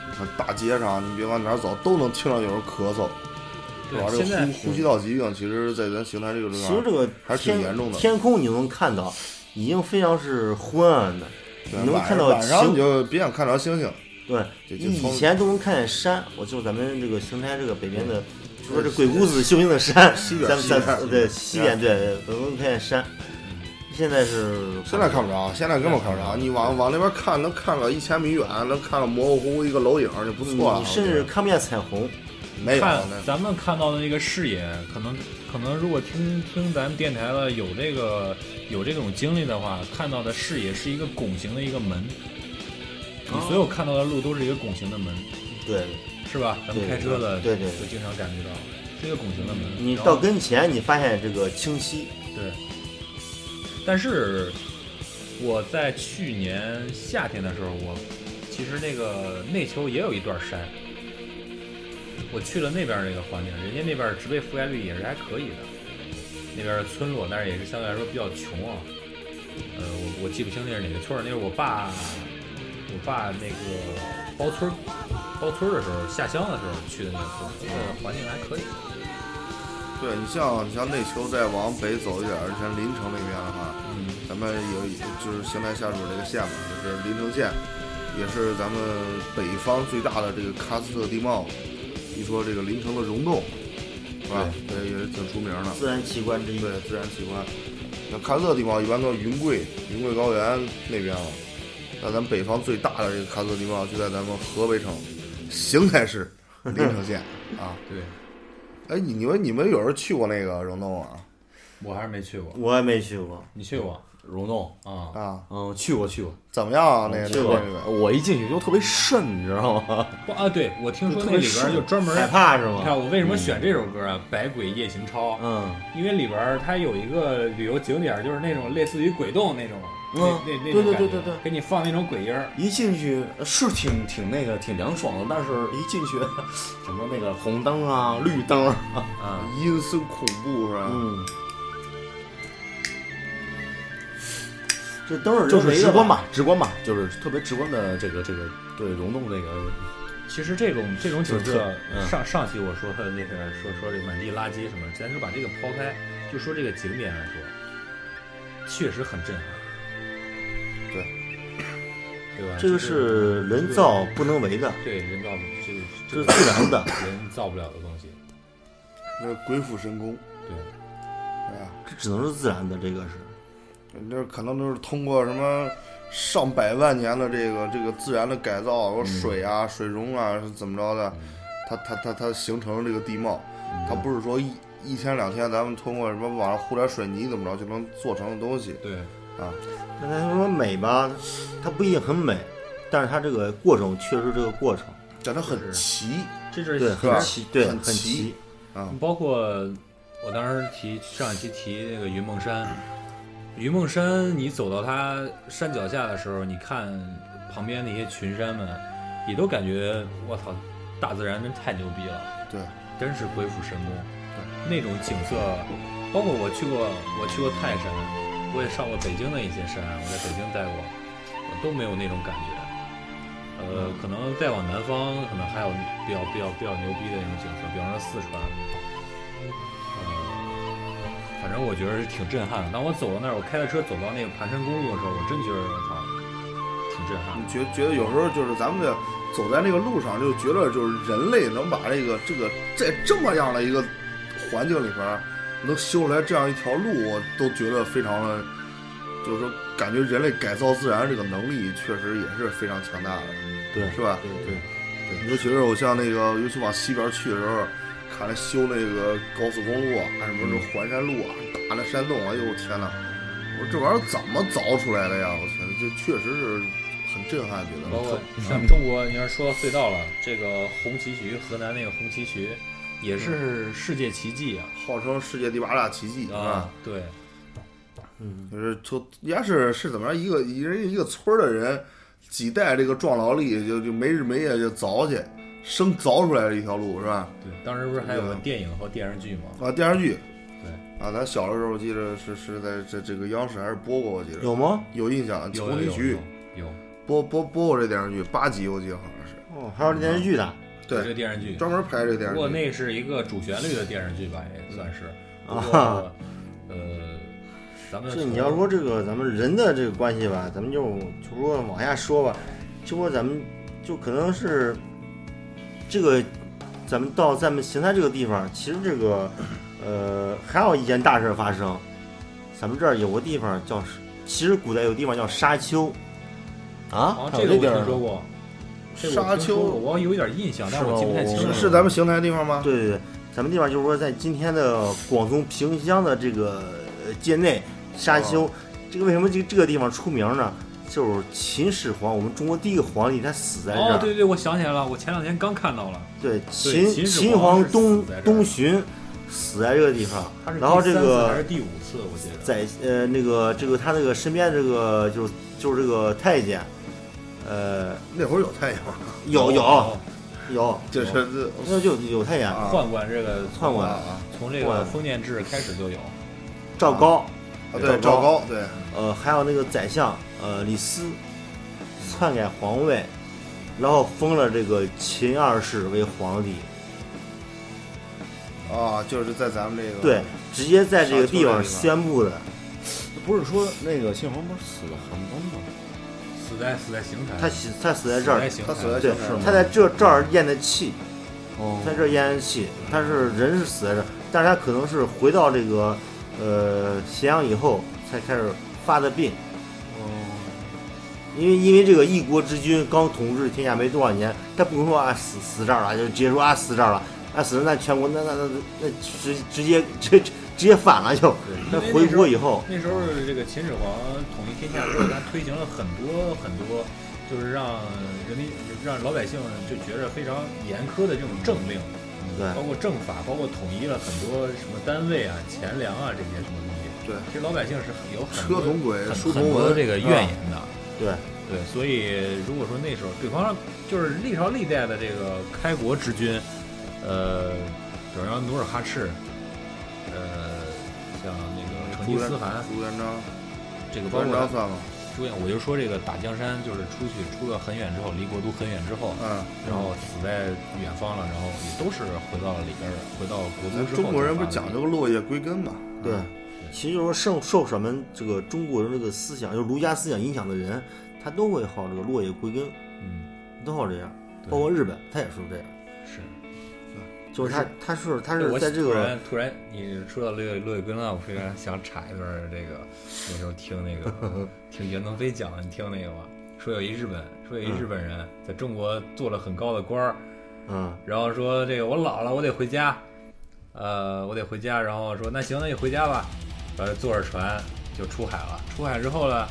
[SPEAKER 2] 你看大街上你别往哪儿走都能听到有人咳嗽，是吧？
[SPEAKER 5] 对
[SPEAKER 2] 这
[SPEAKER 5] 现
[SPEAKER 2] 个
[SPEAKER 5] 在
[SPEAKER 2] 呼呼吸道疾病，其实，在咱邢台这个地
[SPEAKER 3] 其
[SPEAKER 2] 方，
[SPEAKER 3] 实这个
[SPEAKER 2] 还是挺
[SPEAKER 3] 天
[SPEAKER 2] 严重的
[SPEAKER 3] 天空你就能看到，已经非常是昏暗的，
[SPEAKER 2] 对
[SPEAKER 3] 你能
[SPEAKER 2] 晚
[SPEAKER 3] 看到
[SPEAKER 2] 晚上你
[SPEAKER 3] 星。
[SPEAKER 2] 就别想看着星星，
[SPEAKER 3] 对，
[SPEAKER 2] 就就从
[SPEAKER 3] 以前都能看见山，我就是咱们这个邢台这个北边的，就说这鬼谷子修行的山，
[SPEAKER 2] 嗯西边
[SPEAKER 3] 咱们
[SPEAKER 2] 西
[SPEAKER 3] 咱
[SPEAKER 2] 边嗯
[SPEAKER 3] 们对西边对，都能看见山。现在是
[SPEAKER 2] 现在看不着，现在根本看不着。你往往那边看，能看个一千米远，能看到模模糊糊一个楼影，就不错啊了。
[SPEAKER 3] 你嗯甚至看不见彩虹，哎
[SPEAKER 2] 没有
[SPEAKER 5] 看
[SPEAKER 2] 那
[SPEAKER 5] 咱们看到的那个视野，可能可能如果听听咱们电台的有这个有这种经历的话，看到的视野是一个拱形的一个门，你所有看到的路都是一个拱形的门，
[SPEAKER 3] 对
[SPEAKER 5] 是吧？咱们
[SPEAKER 3] 对
[SPEAKER 5] 开车的
[SPEAKER 3] 对对对
[SPEAKER 5] 就经常感觉到是一个拱形的门。
[SPEAKER 2] 嗯
[SPEAKER 3] 你
[SPEAKER 5] 然后
[SPEAKER 3] 到跟前你发现这个清晰，
[SPEAKER 5] 对，但是我在去年夏天的时候，我其实那个内丘也有一段山，我去了那边儿那个环境，人家那边儿植被覆盖率也是还可以的，那边儿村落，但是也是相对来说比较穷啊。呃，我我记不清那是哪个村儿，那是我爸，我爸那个包村儿包村儿的时候下乡的时候去的那个村儿，那个环境还可以。
[SPEAKER 2] 对你像你像内丘再往北走一点儿，像临城那边的话，
[SPEAKER 5] 嗯，
[SPEAKER 2] 咱们有一就是邢台下属这个县嘛，就是临城县，也是咱们北方最大的这个喀斯特地貌，一说这个临城的溶洞，是吧？对，也是挺出名的。
[SPEAKER 3] 自然奇观之一。
[SPEAKER 2] 对，自然奇观。那喀斯特地貌一般都是云贵、云贵高原那边了。那咱们北方最大的这个喀斯特地貌就在咱们河北省邢台市临城县啊。
[SPEAKER 5] 对，
[SPEAKER 2] 哎，你你们你们有人去过那个溶洞啊？
[SPEAKER 5] 我还是没去过，
[SPEAKER 3] 我也没去过，
[SPEAKER 5] 你去过
[SPEAKER 4] 溶洞，
[SPEAKER 5] 啊？
[SPEAKER 2] 啊，
[SPEAKER 4] 嗯，去过去过，
[SPEAKER 2] 怎么样啊？那个
[SPEAKER 3] 去
[SPEAKER 2] 那
[SPEAKER 3] 过
[SPEAKER 2] 个那个
[SPEAKER 4] 嗯我一进去就特别慎，你知道吗？
[SPEAKER 5] 不啊，对我听说那里边儿就专门
[SPEAKER 3] 害怕是
[SPEAKER 5] 你
[SPEAKER 3] 吗？
[SPEAKER 5] 看我为什么选这首歌啊，《百鬼夜行抄》，
[SPEAKER 4] 嗯，
[SPEAKER 5] 因为里边儿它有一个旅游景点儿，就是那种类似于鬼洞那种，
[SPEAKER 4] 嗯，
[SPEAKER 5] 那那那种
[SPEAKER 4] 对
[SPEAKER 5] 感
[SPEAKER 4] 对
[SPEAKER 5] 觉
[SPEAKER 4] 对对对，
[SPEAKER 5] 给你放那种鬼音儿，
[SPEAKER 4] 一进去呃是挺挺那个挺凉爽的，但是一进去 什么那个红灯啊、绿灯啊，
[SPEAKER 5] 啊，
[SPEAKER 2] 阴森恐怖是吧？
[SPEAKER 4] 嗯，这灯是就
[SPEAKER 3] 就
[SPEAKER 4] 是是
[SPEAKER 3] 直
[SPEAKER 4] 直
[SPEAKER 3] 观
[SPEAKER 4] 观吧，直观吧，就是特别直观的这个这个对溶洞这个
[SPEAKER 5] 其实这种这种景
[SPEAKER 4] 就是
[SPEAKER 5] 色，
[SPEAKER 4] 嗯
[SPEAKER 5] 上上期我说的那个说说这满地垃圾什么，咱就把这个抛开，就说这个景点来说，确实很震撼，
[SPEAKER 2] 对，
[SPEAKER 5] 对吧？
[SPEAKER 3] 这个是人造不能为的，
[SPEAKER 5] 对人造这个
[SPEAKER 3] 这是
[SPEAKER 5] 个
[SPEAKER 3] 自然的，
[SPEAKER 5] 人造不了的东西，
[SPEAKER 2] 那是鬼斧神工，
[SPEAKER 5] 对，
[SPEAKER 2] 哎呀，
[SPEAKER 3] 这只能是自然的，这个是。
[SPEAKER 2] 这可能都是通过什么上百万年的这个这个自然的改造，说水啊、水溶啊是怎么着的，它它它它形成这个地貌，它不是说一一天两天咱们通过什么往上糊点水泥怎么着就能做成的东西。
[SPEAKER 5] 对，
[SPEAKER 3] 那他说美吧，它不一定很美，但是它这个过程确实这个过程，
[SPEAKER 2] 但它很奇，
[SPEAKER 5] 这是啊
[SPEAKER 3] 对，
[SPEAKER 2] 是
[SPEAKER 3] 很
[SPEAKER 2] 吧
[SPEAKER 3] 奇，对，
[SPEAKER 2] 很
[SPEAKER 3] 很
[SPEAKER 2] 奇
[SPEAKER 3] 奇。
[SPEAKER 5] 包括我当时提上一期提那个云梦山，云梦山，你走到它山脚下的时候，你看旁边那些群山们，也都感觉我操，大自然真太牛逼了，
[SPEAKER 2] 对，
[SPEAKER 5] 真是鬼斧神工。那种景色，包括我去过，我去过泰山，我也上过北京的一些山，我在北京待过，我都没有那种感觉。呃，可能再往南方，可能还有比较比较比较牛逼的那种景色，比方说四川。呃反正我觉得是挺震撼的。当我走到那儿，我开着车走到那个盘山公路的时候，我真觉得我操，挺震撼
[SPEAKER 2] 你
[SPEAKER 5] 的。
[SPEAKER 2] 觉觉得有时候就是咱们的走在那个路上，就觉得就是人类能把这个这个在这么样的一个环境里边儿，能修出来这样一条路，我都觉得非常的，就是说感觉人类改造自然这个能力确实也是非常强大的，
[SPEAKER 3] 对
[SPEAKER 2] 是吧？
[SPEAKER 3] 对对
[SPEAKER 2] 对，尤其是我像那个，尤其往西边去的时候，看那修那个高速公路啊，什
[SPEAKER 5] 嗯
[SPEAKER 2] 么这环山路啊，大那山洞，哎呦我天哪！我说这玩意儿怎么凿出来的呀？我天，这确实是很震撼，觉得
[SPEAKER 5] 包括像中国，你要说到隧道了，这个红旗渠，河南那个红旗渠，也是世界奇迹啊！
[SPEAKER 2] 号称世界第八大奇迹
[SPEAKER 5] 啊
[SPEAKER 2] 啊，，
[SPEAKER 5] 对，
[SPEAKER 2] 就是就人家是是怎么着，一个人家一个村儿的人，几代这个壮劳力就就没日没夜就凿去，生凿出来的一条路是吧？
[SPEAKER 5] 对，当时不是还有个
[SPEAKER 2] 对啊
[SPEAKER 5] 电影和电视剧吗？
[SPEAKER 2] 啊，电视剧，
[SPEAKER 5] 对
[SPEAKER 2] 啊，咱小的时候我记得是是在这这个央视还是播过，我记得
[SPEAKER 3] 有吗？
[SPEAKER 2] 有印象，
[SPEAKER 5] 有
[SPEAKER 2] 啊红
[SPEAKER 5] 有有
[SPEAKER 2] 旗渠
[SPEAKER 5] 有有
[SPEAKER 2] 播播播过这电视剧八集，我记得好像是，
[SPEAKER 3] 哦，还有电视剧呢。
[SPEAKER 5] 有这个
[SPEAKER 2] 对，
[SPEAKER 5] 电视剧，
[SPEAKER 2] 专门拍这电
[SPEAKER 5] 不
[SPEAKER 2] 视
[SPEAKER 5] 过
[SPEAKER 2] 剧。
[SPEAKER 5] 那是一个主旋律的电视剧吧，也算是。不过呃，咱们
[SPEAKER 3] 这
[SPEAKER 5] 从
[SPEAKER 3] 你要说这个咱们人的这个关系吧，咱们就就说往下说吧，就说咱们就可能是这个，咱们到咱们邢台这个地方，其实这个呃还有一件大事儿发生，咱们这儿有个地方叫，其实古代有个地方叫沙丘，
[SPEAKER 4] 啊
[SPEAKER 5] 哦，，
[SPEAKER 4] 还有
[SPEAKER 5] 这个我
[SPEAKER 4] 地
[SPEAKER 5] 听
[SPEAKER 4] 儿
[SPEAKER 5] 说
[SPEAKER 4] 呢，
[SPEAKER 5] 过，这个我听说过
[SPEAKER 2] 沙丘
[SPEAKER 5] 我有一点印象，但
[SPEAKER 4] 是
[SPEAKER 5] 我
[SPEAKER 4] 吗
[SPEAKER 5] 记不太清
[SPEAKER 4] 我
[SPEAKER 5] 了。
[SPEAKER 2] 是是咱们邢台地方吗？
[SPEAKER 3] 对对对，咱们地方就是说在今天的广东萍乡的这个呃界内沙
[SPEAKER 5] 哦
[SPEAKER 3] 丘，这个为什么这这个地方出名呢？就是秦始皇，我们中国第一个皇帝，他死在这儿。
[SPEAKER 5] 哦，对对，我想起来了，我前两天刚看到了，
[SPEAKER 3] 对，秦
[SPEAKER 5] 秦始
[SPEAKER 3] 秦
[SPEAKER 5] 皇
[SPEAKER 3] 皇
[SPEAKER 5] 是
[SPEAKER 3] 东
[SPEAKER 5] 死在这儿
[SPEAKER 3] 东巡死在这个地方
[SPEAKER 5] 他是，
[SPEAKER 3] 然后
[SPEAKER 5] 第
[SPEAKER 3] 这
[SPEAKER 5] 三次还是
[SPEAKER 3] 个
[SPEAKER 5] 第五次，我记得。
[SPEAKER 3] 在呃那个这个他那个身边这个就是就是这个太监，呃
[SPEAKER 2] 那会儿有太阳，
[SPEAKER 3] 有有
[SPEAKER 5] 哦
[SPEAKER 3] 有，
[SPEAKER 2] 这是这
[SPEAKER 3] 那就有太监，
[SPEAKER 2] 啊
[SPEAKER 5] 宦官这个
[SPEAKER 3] 宦官
[SPEAKER 2] 啊
[SPEAKER 5] 从这个封建制开始就有，
[SPEAKER 3] 赵
[SPEAKER 5] 哦
[SPEAKER 3] 高，
[SPEAKER 2] 啊，对，
[SPEAKER 3] 赵
[SPEAKER 2] 赵
[SPEAKER 3] 高
[SPEAKER 2] 高，对，
[SPEAKER 3] 呃还有那个宰相呃李斯，篡改皇位，然后封了这个秦二世为皇帝，
[SPEAKER 2] 啊，就是在咱们这个
[SPEAKER 3] 对，直接在这
[SPEAKER 2] 沙
[SPEAKER 3] 个
[SPEAKER 2] 丘这
[SPEAKER 3] 地方
[SPEAKER 2] 地方
[SPEAKER 3] 宣布的，
[SPEAKER 4] 不是说那个信黄不是死在邯郸吗？
[SPEAKER 5] 死在死在邢台，
[SPEAKER 3] 他死他死在这儿，
[SPEAKER 5] 邢
[SPEAKER 2] 他死在
[SPEAKER 3] 对
[SPEAKER 2] 邢台吗，
[SPEAKER 3] 他在这这儿咽的气。在
[SPEAKER 4] 哦，
[SPEAKER 3] 这咽咽气，他是人是死在这儿，但是他可能是回到这个呃咸阳以后才开始发的病，因为因为这个一国之君刚统治天下没多少年，他不能说啊死死这儿了，就直接说啊死这儿了，啊死了那全国那那那那直直接直直接反了就，那
[SPEAKER 5] 因为
[SPEAKER 3] 回
[SPEAKER 5] 那时候
[SPEAKER 3] 国以后，
[SPEAKER 5] 那时候这个秦始皇统一天下之后，他推行了很多很多，就是让人民让老百姓就觉着非常严苛的这种政令，
[SPEAKER 3] 对
[SPEAKER 5] 哦包括政法，包括统一了很多什么单位啊、钱粮啊这些什么东西。
[SPEAKER 2] 对，
[SPEAKER 5] 其实老百姓是有很
[SPEAKER 2] 车
[SPEAKER 5] 多
[SPEAKER 2] 同轨，
[SPEAKER 5] 很
[SPEAKER 2] 书
[SPEAKER 5] 很
[SPEAKER 2] 同
[SPEAKER 5] 多
[SPEAKER 2] 文，啊
[SPEAKER 5] 这个怨言的。
[SPEAKER 3] 对
[SPEAKER 5] 对，所以如果说那时候，比方说就是历朝历代的这个开国之君，呃，比如像努尔哈赤，呃，像那个成吉思汗，
[SPEAKER 2] 朱元璋，
[SPEAKER 5] 这个
[SPEAKER 2] 朱
[SPEAKER 5] 包
[SPEAKER 2] 元璋
[SPEAKER 5] 括
[SPEAKER 2] 算吗？
[SPEAKER 5] 朱元，我就说这个打江山，就是出去出了很远之后，离国都很远之后，
[SPEAKER 2] 嗯，
[SPEAKER 5] 然后死在远方了，然后也都是回到里边儿，回到国都
[SPEAKER 2] 咱
[SPEAKER 5] 之后。
[SPEAKER 2] 中国人不讲究个落叶归根嘛？
[SPEAKER 3] 对
[SPEAKER 5] 嗯
[SPEAKER 2] 啊，
[SPEAKER 3] 其实就是说受受什么这个中国人这个思想，就是儒家思想影响的人，他都会好这个落叶归根，
[SPEAKER 5] 嗯，
[SPEAKER 3] 都好这样。
[SPEAKER 5] 对
[SPEAKER 3] 包括日本，他也是这样，
[SPEAKER 5] 是。
[SPEAKER 3] 就是他他是他是
[SPEAKER 5] 我
[SPEAKER 3] 在这
[SPEAKER 5] 突
[SPEAKER 3] 个
[SPEAKER 5] 然突然你说到乐乐根啊，我非常想插一段儿这个，那时候听那 个听袁腾飞讲的，你听那个吗？说有一日本，说有一日本人在中国做了很高的官儿，
[SPEAKER 3] 嗯
[SPEAKER 5] 然后说这个我老了，我得回家，呃，我得回家，然后说那行，那就回家吧，然后坐着船就出海了。出海之后呢，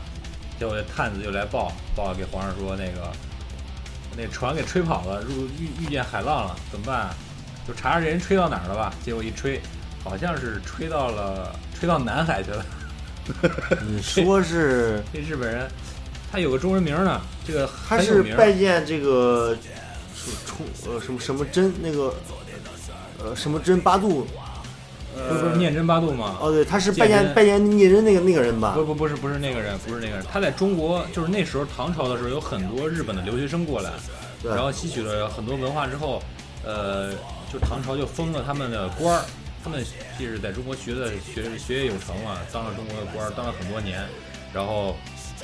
[SPEAKER 5] 结果这探子就来报，报给皇上说那个那船给吹跑了，入遇遇见海浪了，怎么办、啊？就查查这人吹到哪儿了吧。结果一吹，好像是吹到了吹到南海去了。
[SPEAKER 3] 你说是
[SPEAKER 5] 这日本人他有个中文名呢，这个
[SPEAKER 3] 他
[SPEAKER 5] 很有
[SPEAKER 3] 是
[SPEAKER 5] 名。
[SPEAKER 3] 拜见这个冲呃什么什么真那个呃什么真八度
[SPEAKER 5] 不是不是念真八度吗？
[SPEAKER 3] 哦，对，他是拜
[SPEAKER 5] 鉴
[SPEAKER 3] 见
[SPEAKER 5] 真
[SPEAKER 3] 拜见聂真那个那个人吧
[SPEAKER 5] 不？不不是不是那个人，不是那个人，他在中国就是那时候唐朝的时候，有很多日本的留学生过来，
[SPEAKER 3] 对
[SPEAKER 5] 然后吸取了很多文化之后，呃，就唐朝就封了他们的官儿，他们即使在中国学的学学业有成嘛，当了中国的官儿，当了很多年，然后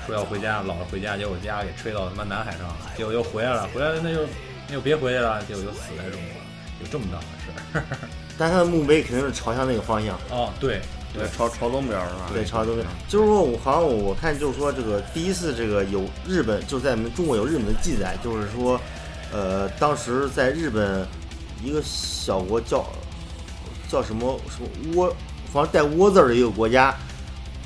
[SPEAKER 5] 说要回家，老了回家，结果家给吹到他妈南海上了，结果又回来了，回来了那就那就别回去了，结果就死在中国了，有这么档子事儿。
[SPEAKER 3] 但他的墓碑肯定是朝向那个方向。
[SPEAKER 5] 哦，对对
[SPEAKER 2] 对，朝朝东边儿是吧？
[SPEAKER 3] 对，朝东边，就是说，我好像我看就是说，这个第一次这个有日本，就是在我们中国有日本的记载，就是说，呃，当时在日本一个小国叫叫什么什么倭，好像带倭字儿的一个国家，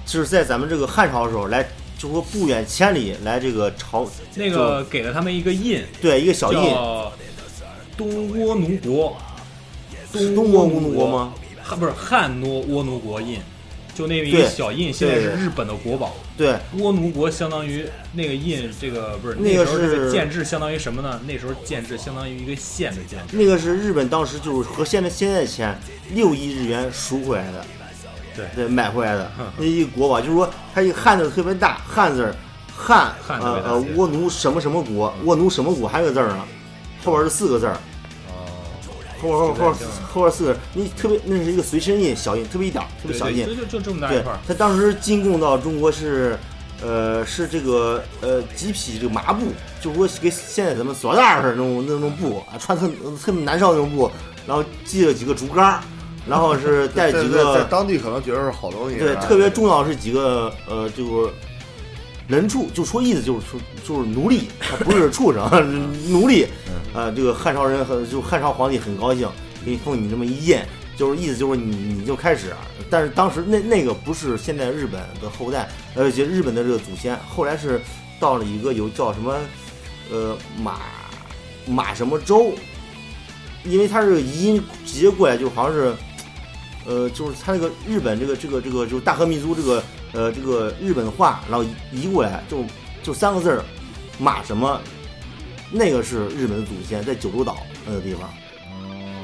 [SPEAKER 3] 就是在咱们这个汉朝的时候来，就说不远千里来这个朝
[SPEAKER 5] 那个给了他们一个印，
[SPEAKER 3] 就对一个小印，
[SPEAKER 5] 叫东倭奴国，
[SPEAKER 3] 是
[SPEAKER 5] 东
[SPEAKER 3] 东
[SPEAKER 5] 倭
[SPEAKER 3] 倭奴国吗？
[SPEAKER 5] 汉不是汉倭倭奴国印，就那一
[SPEAKER 3] 对
[SPEAKER 5] 个小印，现在是
[SPEAKER 3] 对
[SPEAKER 5] 日本的国宝。
[SPEAKER 3] 对，
[SPEAKER 5] 倭奴国相当于那个印，这个不是
[SPEAKER 3] 那个
[SPEAKER 5] 时候这
[SPEAKER 3] 是
[SPEAKER 5] 个建制相当于什么呢？那时候建制相当于一个县的建制。
[SPEAKER 3] 那个是日本当时就是和现在现在钱六亿日元赎回来的，
[SPEAKER 5] 对嗯
[SPEAKER 3] 对，买回来的那一个国宝，就是说它一个汉字特别大，汉字儿汉
[SPEAKER 5] 汉特
[SPEAKER 3] 呃
[SPEAKER 5] 别大
[SPEAKER 3] 呃
[SPEAKER 5] 写的嗯
[SPEAKER 3] 倭奴什么什么国，倭奴什么国还有个字儿呢，后边是四个字儿，
[SPEAKER 5] 哦，
[SPEAKER 3] 后边后
[SPEAKER 5] 就
[SPEAKER 3] 边后边
[SPEAKER 5] 在这儿
[SPEAKER 3] 后边四个字儿，你特别那是一个随身印，小印特别一点儿，特别
[SPEAKER 5] 对
[SPEAKER 3] 小
[SPEAKER 5] 对，
[SPEAKER 3] 印
[SPEAKER 5] 就，就就这么大一
[SPEAKER 3] 对
[SPEAKER 5] 块儿，。
[SPEAKER 3] 它当时进贡到中国是。呃，是这个呃几匹这个麻布，就是说跟现在咱们塑料袋儿似的那种那种布啊，穿特特别难受那种布，然后系了几个竹竿儿，然 后是带
[SPEAKER 2] 在
[SPEAKER 3] 几
[SPEAKER 2] 在在
[SPEAKER 3] 个
[SPEAKER 2] 当地可能觉得是好东西，啊
[SPEAKER 3] 对
[SPEAKER 2] 是，吧
[SPEAKER 3] 特别重要是几个呃，这个人畜，就说意思就是说就是奴隶，他不是 畜生，奴隶。
[SPEAKER 2] 嗯
[SPEAKER 3] 呃，这个汉朝人很，就汉朝皇帝很高兴，给你封你这么一印，就是意思就是你你就开始。但是当时那那个不是现在日本的后代，呃，就日本的这个祖先，后来是到了一个有叫什么呃马马什么州，因为它是移音直接过来，就好像是。呃，就是他那个日本这个这个这个就是大和民族这个呃这个日本话，然后移过来就就三个字儿，马什么，那个是日本的祖先，在九州岛那个地方，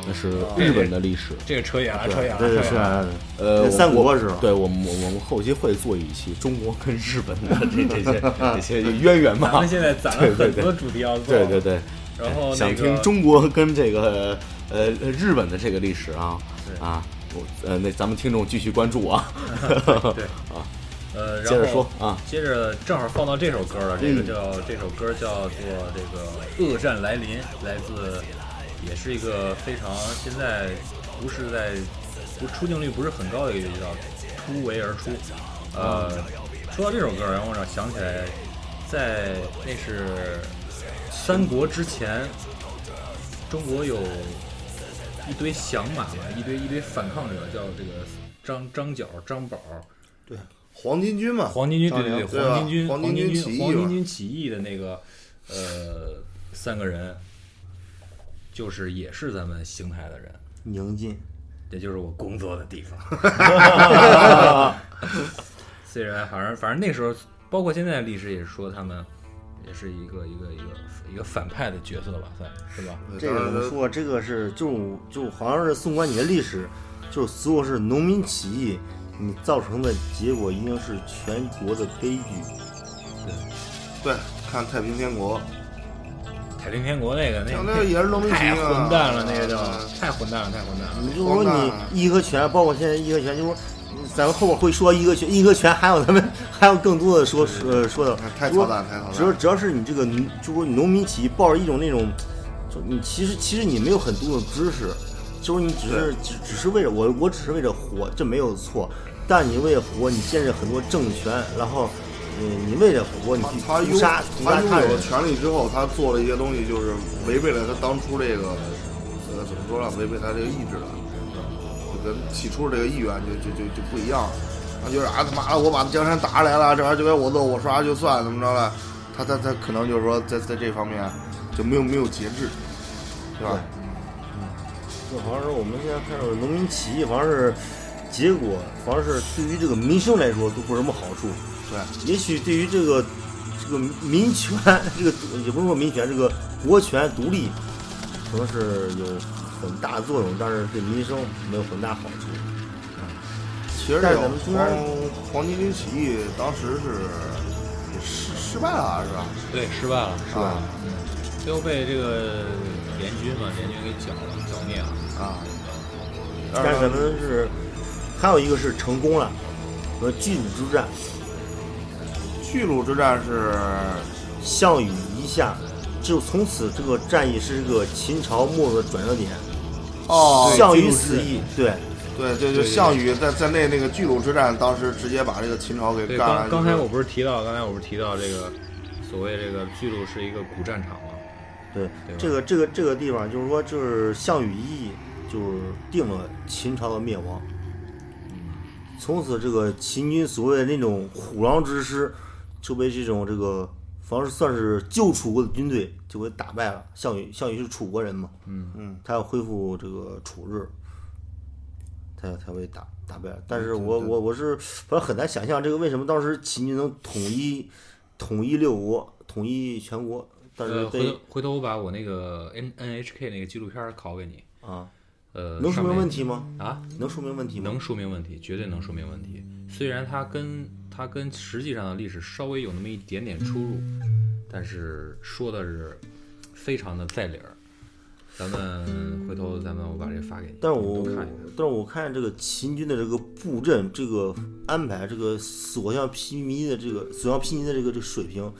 [SPEAKER 4] 那是日本的历史。
[SPEAKER 5] 这个扯远了，扯远了，
[SPEAKER 3] 对对
[SPEAKER 5] 扯
[SPEAKER 3] 是
[SPEAKER 5] 远了。
[SPEAKER 3] 啊，
[SPEAKER 4] 呃，
[SPEAKER 3] 那三
[SPEAKER 4] 我
[SPEAKER 3] 国是吧
[SPEAKER 4] 对我们，我我们后期会做一期中国跟日本的这 这些这些渊源
[SPEAKER 5] 咱
[SPEAKER 4] 吧
[SPEAKER 5] 们。现在攒
[SPEAKER 4] 对
[SPEAKER 5] 了
[SPEAKER 4] 对
[SPEAKER 5] 很多主题要做，
[SPEAKER 4] 对对对，
[SPEAKER 5] 然后那
[SPEAKER 4] 想听
[SPEAKER 5] 个
[SPEAKER 4] 中国跟这个呃日本的这个历史啊
[SPEAKER 5] 对
[SPEAKER 4] 啊，我呃那咱们听众继续关注啊。
[SPEAKER 5] 对
[SPEAKER 4] 啊，
[SPEAKER 5] 呃，然后
[SPEAKER 4] 接着说啊，
[SPEAKER 5] 接着正好放到这首歌了，这个
[SPEAKER 4] 嗯
[SPEAKER 5] 叫、这首歌叫做这个《恶战来临》，来自也是一个非常现在不是在不出镜率不是很高的一个乐队，叫突围而出。呃，
[SPEAKER 4] 嗯
[SPEAKER 5] 说到这首歌，然后我想起来，在那是三国之前，中国有一堆响马吧，一堆一堆反抗者，叫这个张张角、张宝。
[SPEAKER 2] 黄巾军嘛，
[SPEAKER 5] 黄巾军对对
[SPEAKER 2] 对
[SPEAKER 5] 对，
[SPEAKER 2] 吧
[SPEAKER 5] 黄巾军
[SPEAKER 2] 黄
[SPEAKER 5] 黄
[SPEAKER 2] 巾军起
[SPEAKER 5] 军
[SPEAKER 2] 义
[SPEAKER 5] 黄
[SPEAKER 2] 嘛
[SPEAKER 5] 巾军起义的那个呃三个人，就是也是咱们邢台的人，
[SPEAKER 3] 宁晋，
[SPEAKER 5] 也就是我工作的地方。 虽然反正反正那时候，包括现在历史也说他们也是一个一个一个一个反派的角色吧，算是吧？
[SPEAKER 2] 嗯
[SPEAKER 3] 这个怎么说？这个是就就好像是纵观你的历史，就是所有是农民起义，你造成的结果一定是全国的悲剧。
[SPEAKER 2] 对，看太平天国，
[SPEAKER 5] 太平天国那个那
[SPEAKER 2] 那个也是农民起义
[SPEAKER 5] 太
[SPEAKER 2] 啊
[SPEAKER 5] 混蛋了，那个就
[SPEAKER 2] 嗯
[SPEAKER 5] 太混蛋了，太混蛋了。
[SPEAKER 3] 你就说你
[SPEAKER 2] 啊
[SPEAKER 3] 义和拳，包括现在义和拳，就是咱们后边会说义和拳，义和拳还有咱们还有更多的说说说的，
[SPEAKER 2] 太操蛋，太操蛋。
[SPEAKER 3] 只要只要是你这个农，就说农民起义抱着一种那种，就你其实其实你没有很多的知识，就是你只是只只是为了我我只是为了活，这没有错。但你为了活，你建立很多政权，然后，嗯，你为了活，你去
[SPEAKER 2] 他
[SPEAKER 3] 屠
[SPEAKER 2] 拥
[SPEAKER 3] 杀屠
[SPEAKER 2] 他
[SPEAKER 3] 杀
[SPEAKER 2] 拥
[SPEAKER 3] 他
[SPEAKER 2] 有
[SPEAKER 3] 人
[SPEAKER 2] 了，权利之后，他做了一些东西，就是违背了他当初这个呃怎么说呢？违背他这个意志了，就跟起初这个意愿就就就就不一样了。他就是啊他妈的，我把江山打下来了，这玩意儿就该我揍，我刷就算怎么着了？他他他可能就是说在在这方面就没有没有节制，对吧？
[SPEAKER 3] 就好像是我们现在看到的农民起义，好像是结果，好像是对于这个民生来说都不是什么好处。
[SPEAKER 2] 对，
[SPEAKER 3] 也许对于这个这个民权，这个也不是说民权，这个国权独立，可能是有很大的作用，但是对民生没有很大好处。
[SPEAKER 2] 其实
[SPEAKER 3] 但
[SPEAKER 2] 这个
[SPEAKER 3] 是咱们中
[SPEAKER 2] 黄
[SPEAKER 3] 间
[SPEAKER 2] 黄巾军起义当时是失失败了，是吧？啊
[SPEAKER 5] 对，失败了，失败了。嗯，最后被这个联军嘛，联军给剿了，剿灭了。
[SPEAKER 2] 啊，
[SPEAKER 3] 但是咱们是还有一个是成功了，和巨鹿之战，
[SPEAKER 2] 巨鹿之战是
[SPEAKER 3] 项羽一下，就从此这个战役是这个秦朝末的转折点。
[SPEAKER 2] 哦，
[SPEAKER 3] 项羽死役，对。
[SPEAKER 2] 对
[SPEAKER 5] 对
[SPEAKER 2] 对对，项羽在在那那个巨鹿之战，当时直接把这个秦朝给
[SPEAKER 5] 对，
[SPEAKER 2] 干
[SPEAKER 5] 刚
[SPEAKER 2] 了。
[SPEAKER 5] 刚
[SPEAKER 2] 就
[SPEAKER 5] 才
[SPEAKER 2] 是
[SPEAKER 5] 我不是提到，刚才我不是提到这个所谓这个巨鹿是一个古战场吗？
[SPEAKER 3] 对
[SPEAKER 5] 对吧，
[SPEAKER 3] 这个这个这个地方就是说，就是项羽一役，就是定了秦朝的灭亡。
[SPEAKER 5] 嗯
[SPEAKER 3] 从此，这个秦军所谓的那种虎狼之师，就被这种这个，反正算是旧楚国的军队就给打败了。项羽，项羽是楚国人嘛，嗯嗯，他要恢复这个楚日，他才会打打败。但是我我我是反正很难想象这个为什么当时秦军能统一统一六国，统一全国，但是
[SPEAKER 5] 呃，回
[SPEAKER 3] 被
[SPEAKER 5] 头回头我把我那个 N N H K 那个纪录片儿拷给你。
[SPEAKER 3] 啊。
[SPEAKER 5] 呃，
[SPEAKER 3] 能说
[SPEAKER 5] 上
[SPEAKER 3] 明
[SPEAKER 5] 面
[SPEAKER 3] 问题吗？
[SPEAKER 5] 啊？
[SPEAKER 3] 能说明问题吗？
[SPEAKER 5] 能说明问题，绝对能说明问题。虽然它跟它跟实际上的历史稍微有那么一点点出入，但是说的是非常的在理儿。咱们回头咱们我把这发给你，
[SPEAKER 3] 但是我
[SPEAKER 5] 你多看一看。
[SPEAKER 3] 但是我看这个秦军的这个布阵、这个安排、这个所向披靡的这个所向披靡的这个这个水平，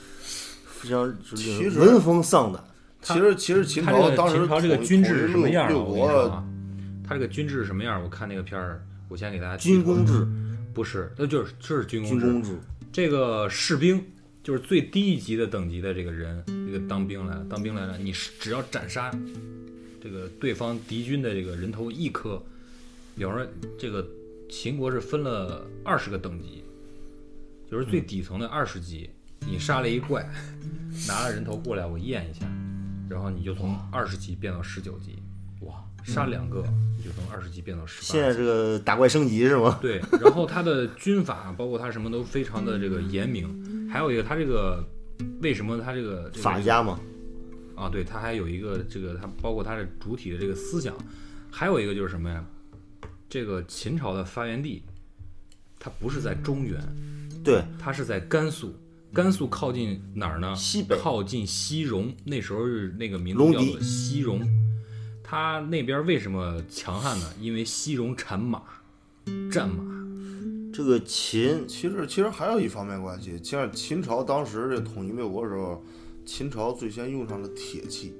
[SPEAKER 3] 非常就是令
[SPEAKER 2] 其
[SPEAKER 3] 人
[SPEAKER 2] 实
[SPEAKER 3] 闻风丧胆。
[SPEAKER 2] 其实其实秦
[SPEAKER 5] 他这
[SPEAKER 2] 朝
[SPEAKER 5] 个
[SPEAKER 2] 当时
[SPEAKER 5] 秦朝这个
[SPEAKER 2] 统
[SPEAKER 5] 军制
[SPEAKER 2] 统一
[SPEAKER 5] 是什么样儿啊？
[SPEAKER 2] 六
[SPEAKER 5] 我跟你说
[SPEAKER 2] 国
[SPEAKER 5] 啊，他这个军制是什么样儿？我看那个片儿，我先给大家
[SPEAKER 3] 军
[SPEAKER 5] 剧透一
[SPEAKER 3] 功
[SPEAKER 5] 下
[SPEAKER 3] 制，
[SPEAKER 5] 不是，那就是就是嗯军功
[SPEAKER 3] 军
[SPEAKER 5] 制。
[SPEAKER 3] 功制，
[SPEAKER 5] 这个士兵就是最低一级的等级的这个人，这个当兵来了，当兵来了，你是只要斩杀这个对方敌军的这个人头一颗，比方说这个秦国是分了二十个等级，就是最底层的二十级，你杀了一怪，拿了人头过来我验一下，然后你就从二十级变到十九级，哇，杀两个你就从二十级变到十八。
[SPEAKER 3] 现在这个打怪升级是吗？
[SPEAKER 5] 对，然后他的军法啊包括他什么都非常的这个严明，还有一个他这个为什么他这个、这个、
[SPEAKER 3] 法家嘛，
[SPEAKER 5] 啊，对，他还有一个这个他包括他的主体的这个思想，还有一个就是什么呀？这个秦朝的发源地，它不是在中原，
[SPEAKER 3] 对，
[SPEAKER 5] 它是在甘肃。甘肃靠近哪儿呢？
[SPEAKER 3] 西北
[SPEAKER 5] 靠近西戎。那时候是那个名字
[SPEAKER 3] 戎
[SPEAKER 5] 叫
[SPEAKER 3] 狄
[SPEAKER 5] 做西戎。它那边为什么强悍呢？因为西戎产马，战马。
[SPEAKER 3] 这个秦
[SPEAKER 2] 其实其实还有一方面关系，像秦朝当时这统一六国的时候，秦朝最先用上了铁器，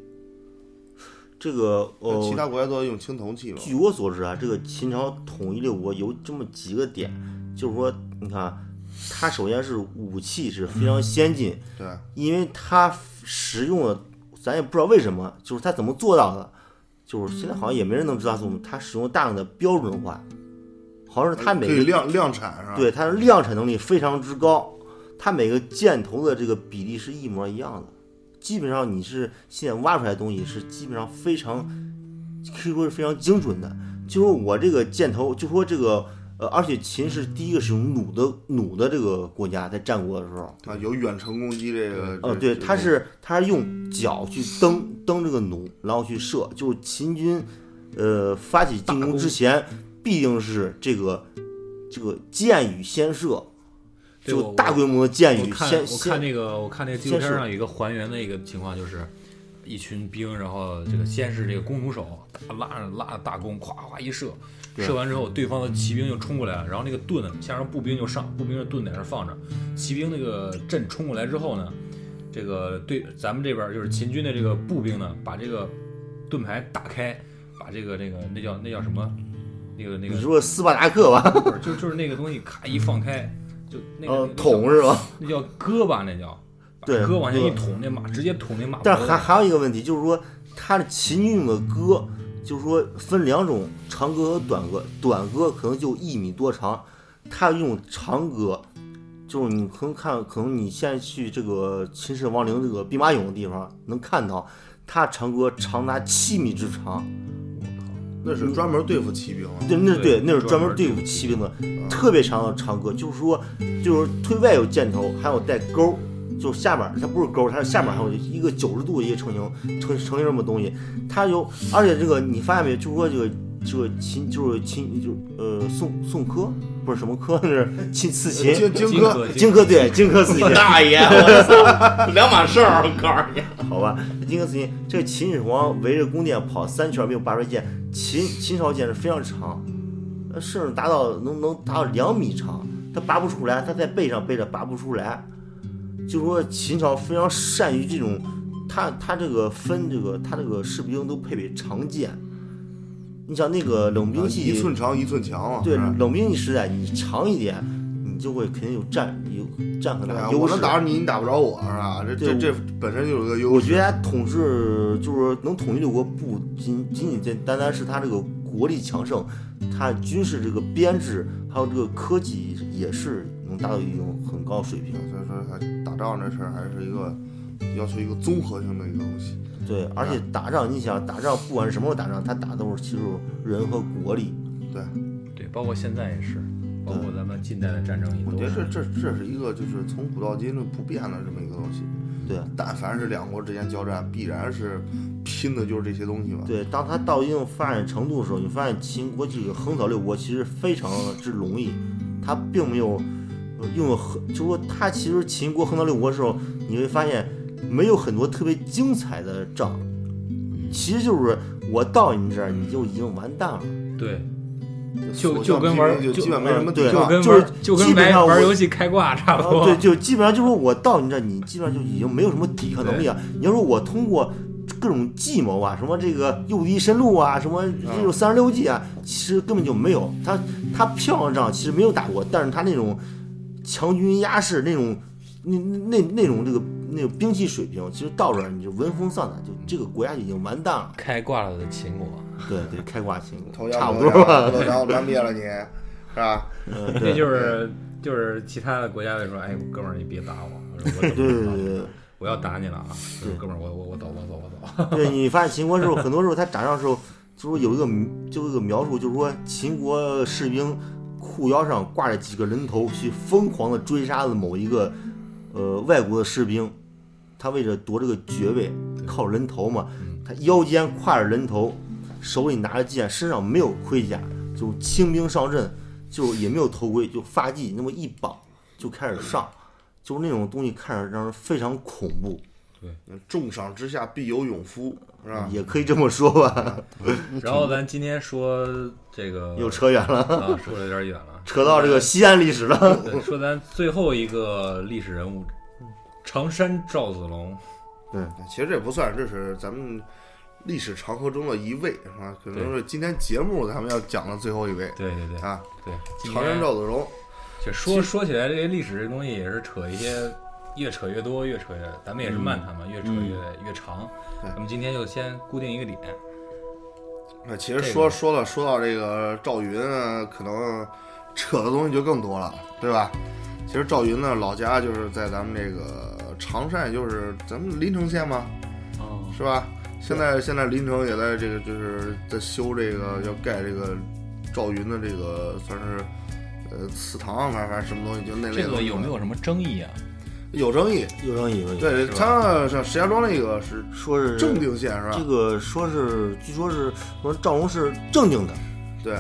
[SPEAKER 3] 这个
[SPEAKER 2] 那其
[SPEAKER 3] 呃，
[SPEAKER 2] 他国家都在用青铜器嘛。
[SPEAKER 3] 据我所知啊，这个秦朝统一六国有这么几个点，就是说，你看啊，它首先是武器是非常先进，
[SPEAKER 2] 对，
[SPEAKER 3] 因为它使用了，咱也不知道为什么，就是它怎么做到的，就是现在好像也没人能知道怎么，它使用大量的标准化，好像是它每
[SPEAKER 2] 可以
[SPEAKER 3] 个
[SPEAKER 2] 量量产是吧？
[SPEAKER 3] 对它的量产能力非常之高，它每个箭头的这个比例是一模一样的，基本上你是现在挖出来的东西是基本上非常可以说是非常精准的，就说我这个箭头，就说这个呃，而且秦是第一个使用弩的弩的这个国家，在战国的时候，
[SPEAKER 2] 啊，有远程攻击这个。这
[SPEAKER 3] 呃，对，
[SPEAKER 2] 这
[SPEAKER 3] 他是他是用脚去蹬蹬这个弩，然后去射，就是秦军呃发起进攻之前，必定是这个这个箭雨先射，
[SPEAKER 5] 对
[SPEAKER 3] 就
[SPEAKER 5] 我
[SPEAKER 3] 大规模的箭
[SPEAKER 5] 我
[SPEAKER 3] 雨
[SPEAKER 5] 看
[SPEAKER 3] 先
[SPEAKER 5] 我
[SPEAKER 3] 先
[SPEAKER 5] 看那个我看那个纪录片上有一个还原的一个情况，就是一群兵，然后这个先是这个弓弩手大拉着拉着大弓，咵咵一射，射完之后对方的骑兵就冲过来，然后那个盾呢，加上步兵就上，步兵的盾在那儿放着，骑兵那个阵冲过来之后呢，这个对咱们这边就是秦军的这个步兵呢，把这个盾牌打开，把这个这个那叫那叫什么？那个那个
[SPEAKER 3] 你说斯巴达克吧，
[SPEAKER 5] 不是就就是那个东西咔一放开，就那个、
[SPEAKER 3] 呃
[SPEAKER 5] 那个叫
[SPEAKER 3] 桶是吧？
[SPEAKER 5] 那叫割吧，那叫把
[SPEAKER 3] 对
[SPEAKER 5] 割往下
[SPEAKER 3] 割
[SPEAKER 5] 一捅，那马直接捅那马脖子。
[SPEAKER 3] 但是还还有一个问题，就是说他的秦军用的戈，就是说分两种，长戈和短戈。短戈可能就一米多长，他用长戈，就是你可能看，可能你现在去这个秦始皇陵这个兵马俑的地方能看到，他长戈长达七米之长。
[SPEAKER 2] 那是专门对付骑兵啊。
[SPEAKER 3] 对，那是对
[SPEAKER 5] 对，
[SPEAKER 3] 那是专
[SPEAKER 5] 专
[SPEAKER 3] 门
[SPEAKER 5] 门
[SPEAKER 3] 对啊付骑兵的，特别长的长戈，就是说，就是推外有箭头，还有带钩，就是下面它不是钩，它是下面还有一个九十度的一个成型成成型什么东西，它有，而且这个你发现没有，就是说这个这个秦就是秦就是呃宋宋柯不是什么柯， 那是秦刺秦，
[SPEAKER 2] 荆荆
[SPEAKER 5] 荆
[SPEAKER 2] 轲，
[SPEAKER 5] 轲
[SPEAKER 3] 荆轲对荆 轲刺秦
[SPEAKER 4] 我，大爷，我操，两码事儿，我告诉你。
[SPEAKER 3] 好吧，荆轲刺秦，这秦始皇围着宫殿跑三圈没有拔出来剑，秦秦朝剑是非常长，呃，甚至达到能能达到两米长，他拔不出来，他在背上背着拔不出来，就说秦朝非常善于这种，他他这个分这个他这个士兵都配备长剑，你想那个冷兵器
[SPEAKER 2] 啊一寸长啊一寸强嘛。
[SPEAKER 3] 对
[SPEAKER 2] 是吧
[SPEAKER 3] 冷兵器时代，你长一点，你就会肯定有战有战很
[SPEAKER 2] 对
[SPEAKER 3] 大
[SPEAKER 2] 啊
[SPEAKER 3] 的优
[SPEAKER 2] 我
[SPEAKER 3] 势
[SPEAKER 2] 能。打着你，你打不着我，是吧？这这
[SPEAKER 3] 对
[SPEAKER 2] 这本身就有一个优势。
[SPEAKER 3] 我觉得他统治就是能统一六国，不仅仅仅单单是他这个国力强盛，他军事这个编制还有这个科技也是能达到一种很高水平。
[SPEAKER 2] 所以说，还打仗这事儿还是一个要求一个综合性的一个东西。
[SPEAKER 3] 对，而且打仗，你想打仗，不管是什么时候打仗，他打的都是其实人和国力。
[SPEAKER 2] 对，
[SPEAKER 5] 对，包括现在也是，包括咱们近代的战争也
[SPEAKER 2] 我
[SPEAKER 5] 都
[SPEAKER 2] 觉得这
[SPEAKER 5] 是。
[SPEAKER 2] 这这是一个就是从古到今的不变的这么一个东西。
[SPEAKER 3] 对
[SPEAKER 2] 但凡是两国之间交战，必然是拼的就是这些东西吧。
[SPEAKER 3] 对，当他到一定发展程度的时候，你发现秦国这个横扫六国其实非常之容易，他并没有呃用了很，就是说他其实秦国横扫六国的时候，你会发现没有很多特别精彩的仗，其实就是我到你这儿你就已经完蛋了。
[SPEAKER 5] 对，就
[SPEAKER 2] 所向
[SPEAKER 5] 就跟
[SPEAKER 2] 披
[SPEAKER 5] 玩
[SPEAKER 2] 靡就
[SPEAKER 5] 就
[SPEAKER 2] 基本没什么
[SPEAKER 3] 对
[SPEAKER 2] 对
[SPEAKER 5] 就
[SPEAKER 2] 抗。
[SPEAKER 5] 跟
[SPEAKER 3] 就是
[SPEAKER 5] 玩就
[SPEAKER 3] 基
[SPEAKER 5] 跟
[SPEAKER 3] 本
[SPEAKER 5] 玩
[SPEAKER 3] 上我
[SPEAKER 5] 玩游戏开挂差不
[SPEAKER 3] 啊，
[SPEAKER 5] 多。
[SPEAKER 3] 对，就基本上就是我到你这儿，你基本上就已经没有什么抵抗能力了。啊你要说我通过各种计谋啊，什么这个诱敌深入啊，什么这种三十六计啊，其实根本就没有。他他漂亮仗其实没有打过，但是他那种强军压制那种那那那种这个那种兵器水平，其实到这儿你就闻风丧胆，就这个国家就已经完蛋了。
[SPEAKER 5] 开挂了的秦国，
[SPEAKER 3] 对对，开挂秦
[SPEAKER 2] 投
[SPEAKER 3] 国
[SPEAKER 2] 降
[SPEAKER 3] 差不
[SPEAKER 2] 投
[SPEAKER 3] 多
[SPEAKER 2] 降
[SPEAKER 3] 吧。
[SPEAKER 2] 投降我咱灭了 你，是吧？
[SPEAKER 3] 嗯，
[SPEAKER 5] 这
[SPEAKER 3] 对对
[SPEAKER 5] 就是就是其他的国家会说，哎，哥们儿你别打我，我 说我走
[SPEAKER 3] 对对对。
[SPEAKER 5] 我要打你了啊！我说
[SPEAKER 3] 对
[SPEAKER 5] 哥们儿，我我我走我走我走。
[SPEAKER 3] 对，你发现秦国时候，很多时候他打仗的时候，就是有一个就有一个描述，就是说秦国士兵裤腰上挂着几个人头，去疯狂的追杀了某一个呃外国的士兵，他为了夺这个爵位，靠人头嘛，他腰间挎着人头，手里拿着剑，身上没有盔甲，就轻兵上阵，就也没有头盔，就发髻那么一绑就开始上，就是那种东西看着让人非常恐怖，
[SPEAKER 2] 呃重赏之下必有勇夫，是
[SPEAKER 5] 嗯
[SPEAKER 2] 吧？
[SPEAKER 3] 也可以这么说吧，
[SPEAKER 5] 然后咱今天说这个
[SPEAKER 3] 又扯远了。
[SPEAKER 5] 啊，说的有点远了。
[SPEAKER 3] 扯到这个西安历史了。
[SPEAKER 5] 对，说咱最后一个历史人物，
[SPEAKER 3] 嗯
[SPEAKER 5] 常山赵子龙。
[SPEAKER 2] 哎其实这也不算，这是咱们历史长河中的一位，是吧？可能是今天节目咱们要讲的最后一位
[SPEAKER 5] 对对对
[SPEAKER 2] 啊，
[SPEAKER 5] 对，今
[SPEAKER 2] 常山
[SPEAKER 5] 天
[SPEAKER 2] 赵子龙。
[SPEAKER 5] 就说说起来，这些历史这东西也是扯一些，越扯越多，越扯越，咱们也是漫谈嘛，越扯越、越长。
[SPEAKER 2] 对
[SPEAKER 5] 咱们今天就先固定一个点，
[SPEAKER 2] 那其实说说了说到这个赵云呢，可能扯的东西就更多了，对吧？其实赵云呢，老家就是在咱们这个常山，也就是咱们临城县嘛，是吧？现在现在林城也在这个就是在修这个要盖这个赵云的这个算是呃祠堂，反正反正什么东西就那类的
[SPEAKER 5] 这
[SPEAKER 2] 东
[SPEAKER 5] 个
[SPEAKER 2] 西
[SPEAKER 5] 有没有什么争议啊？
[SPEAKER 2] 有争议？
[SPEAKER 3] 有争议，有争议。
[SPEAKER 2] 对，他像石家庄那个是
[SPEAKER 3] 说是
[SPEAKER 2] 正定县是吧？
[SPEAKER 3] 这个说是，据说是说赵龙是正经的，
[SPEAKER 2] 对，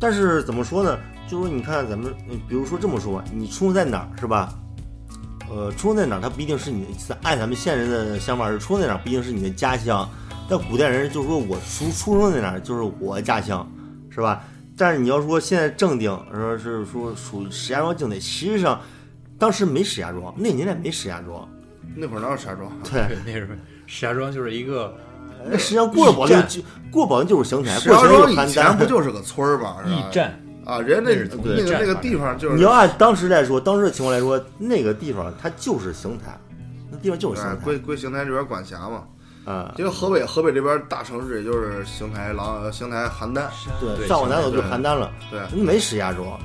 [SPEAKER 3] 但是怎么说呢？就说你看咱们，嗯比如说这么说吧，你出生在哪儿是吧？呃，出生在哪儿，它不一定是你的按咱们现人的想法是出生在哪儿，不一定是你的家乡。但古代人就说我出出生在哪儿就是我家乡，是吧？但是你要说现在正定，说是说属石家庄境内，其实上当时没石家庄，那年代没石家庄，
[SPEAKER 2] 那会儿哪有石家庄啊？
[SPEAKER 3] 对，
[SPEAKER 5] 对，那是石家庄就是一个
[SPEAKER 3] 那石家庄过了保
[SPEAKER 4] 驿
[SPEAKER 3] 定
[SPEAKER 4] 站
[SPEAKER 3] 就过保定就是邢台，
[SPEAKER 2] 石
[SPEAKER 3] 过
[SPEAKER 2] 家
[SPEAKER 3] 邢台
[SPEAKER 2] 庄
[SPEAKER 3] 有
[SPEAKER 2] 以
[SPEAKER 3] 邯
[SPEAKER 2] 前
[SPEAKER 3] 郸
[SPEAKER 2] 不就是个村儿吗？是吧
[SPEAKER 5] 驿站，
[SPEAKER 2] 啊，人家
[SPEAKER 5] 那是
[SPEAKER 2] 那
[SPEAKER 5] 从
[SPEAKER 2] 那
[SPEAKER 5] 驿
[SPEAKER 2] 个
[SPEAKER 5] 站
[SPEAKER 2] 那个
[SPEAKER 5] 发
[SPEAKER 2] 地
[SPEAKER 5] 展
[SPEAKER 2] 方就是
[SPEAKER 3] 你要按当时来说，当时的情况来说，那个地方它就是邢台，那地方就是
[SPEAKER 2] 哎
[SPEAKER 3] 邢台
[SPEAKER 2] 归归邢台这边管辖嘛。
[SPEAKER 3] 啊、
[SPEAKER 2] 因为河北河北这边大城市也就是邢台、狼、呃邢台、邯郸，
[SPEAKER 3] 对，
[SPEAKER 5] 对
[SPEAKER 3] 再往南走就
[SPEAKER 2] 对
[SPEAKER 3] 邯郸了，
[SPEAKER 2] 对，
[SPEAKER 3] 没石家庄。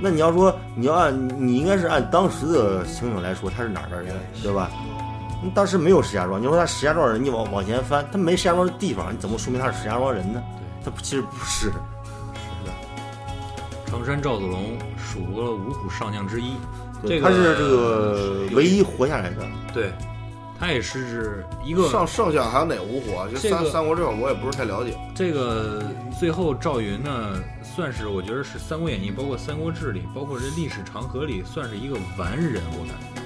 [SPEAKER 3] 那你要说你要按你应该是按当时的情景来说，他是哪儿的人，对吧？那当时没有石家庄，你说他石家庄人，你往往前翻，他没石家庄的地方，你怎么说明他是石家庄人呢？他不其实不是，
[SPEAKER 5] 常山赵子龙属国了五虎上将之一，
[SPEAKER 3] 对
[SPEAKER 5] 这个
[SPEAKER 3] 他是这个唯一活下来的。
[SPEAKER 5] 对，他也是指一个
[SPEAKER 2] 上剩下还有哪五虎啊？就
[SPEAKER 5] 这
[SPEAKER 2] 三
[SPEAKER 5] 个
[SPEAKER 2] 三国这块我也不是太了解。
[SPEAKER 5] 这个最后赵云呢，算是我觉得是《三国演义》，包括《三国志》里，包括这历史长河里，算是一个完人，我感觉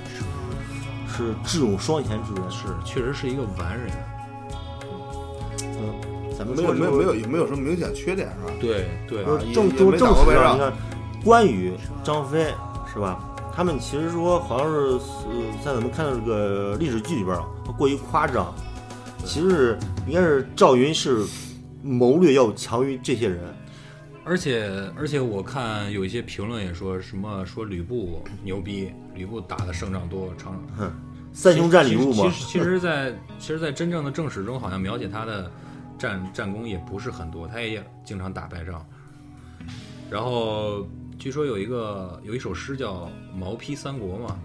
[SPEAKER 3] 是智勇双全之人，
[SPEAKER 5] 是，确实是一个完人。
[SPEAKER 3] 嗯，咱们
[SPEAKER 2] 没有
[SPEAKER 3] 说这
[SPEAKER 2] 没有
[SPEAKER 3] 个
[SPEAKER 2] 没有也没有什么明显缺点是吧？
[SPEAKER 5] 对对
[SPEAKER 3] 说
[SPEAKER 2] 啊也
[SPEAKER 3] 正
[SPEAKER 2] 也
[SPEAKER 3] 就
[SPEAKER 2] 没
[SPEAKER 3] 正
[SPEAKER 2] 打过
[SPEAKER 3] 史
[SPEAKER 2] 败仗
[SPEAKER 3] 上，你看关羽、张飞是吧？他们其实说好像是呃，在咱们看到这个历史剧里边啊，过于夸张。其实应该是赵云是谋略要强于这些人，
[SPEAKER 5] 而且而且我看有一些评论也说什么说吕布牛逼，吕布打的胜仗多，长
[SPEAKER 3] 三雄战吕布
[SPEAKER 5] 其。
[SPEAKER 3] 嘛
[SPEAKER 5] 实，其实，在其实，在真正的正史中，好像描写他的战战功也不是很多，他也经常打败仗。然后，据说有一个有一首诗叫《毛批三国》嘛，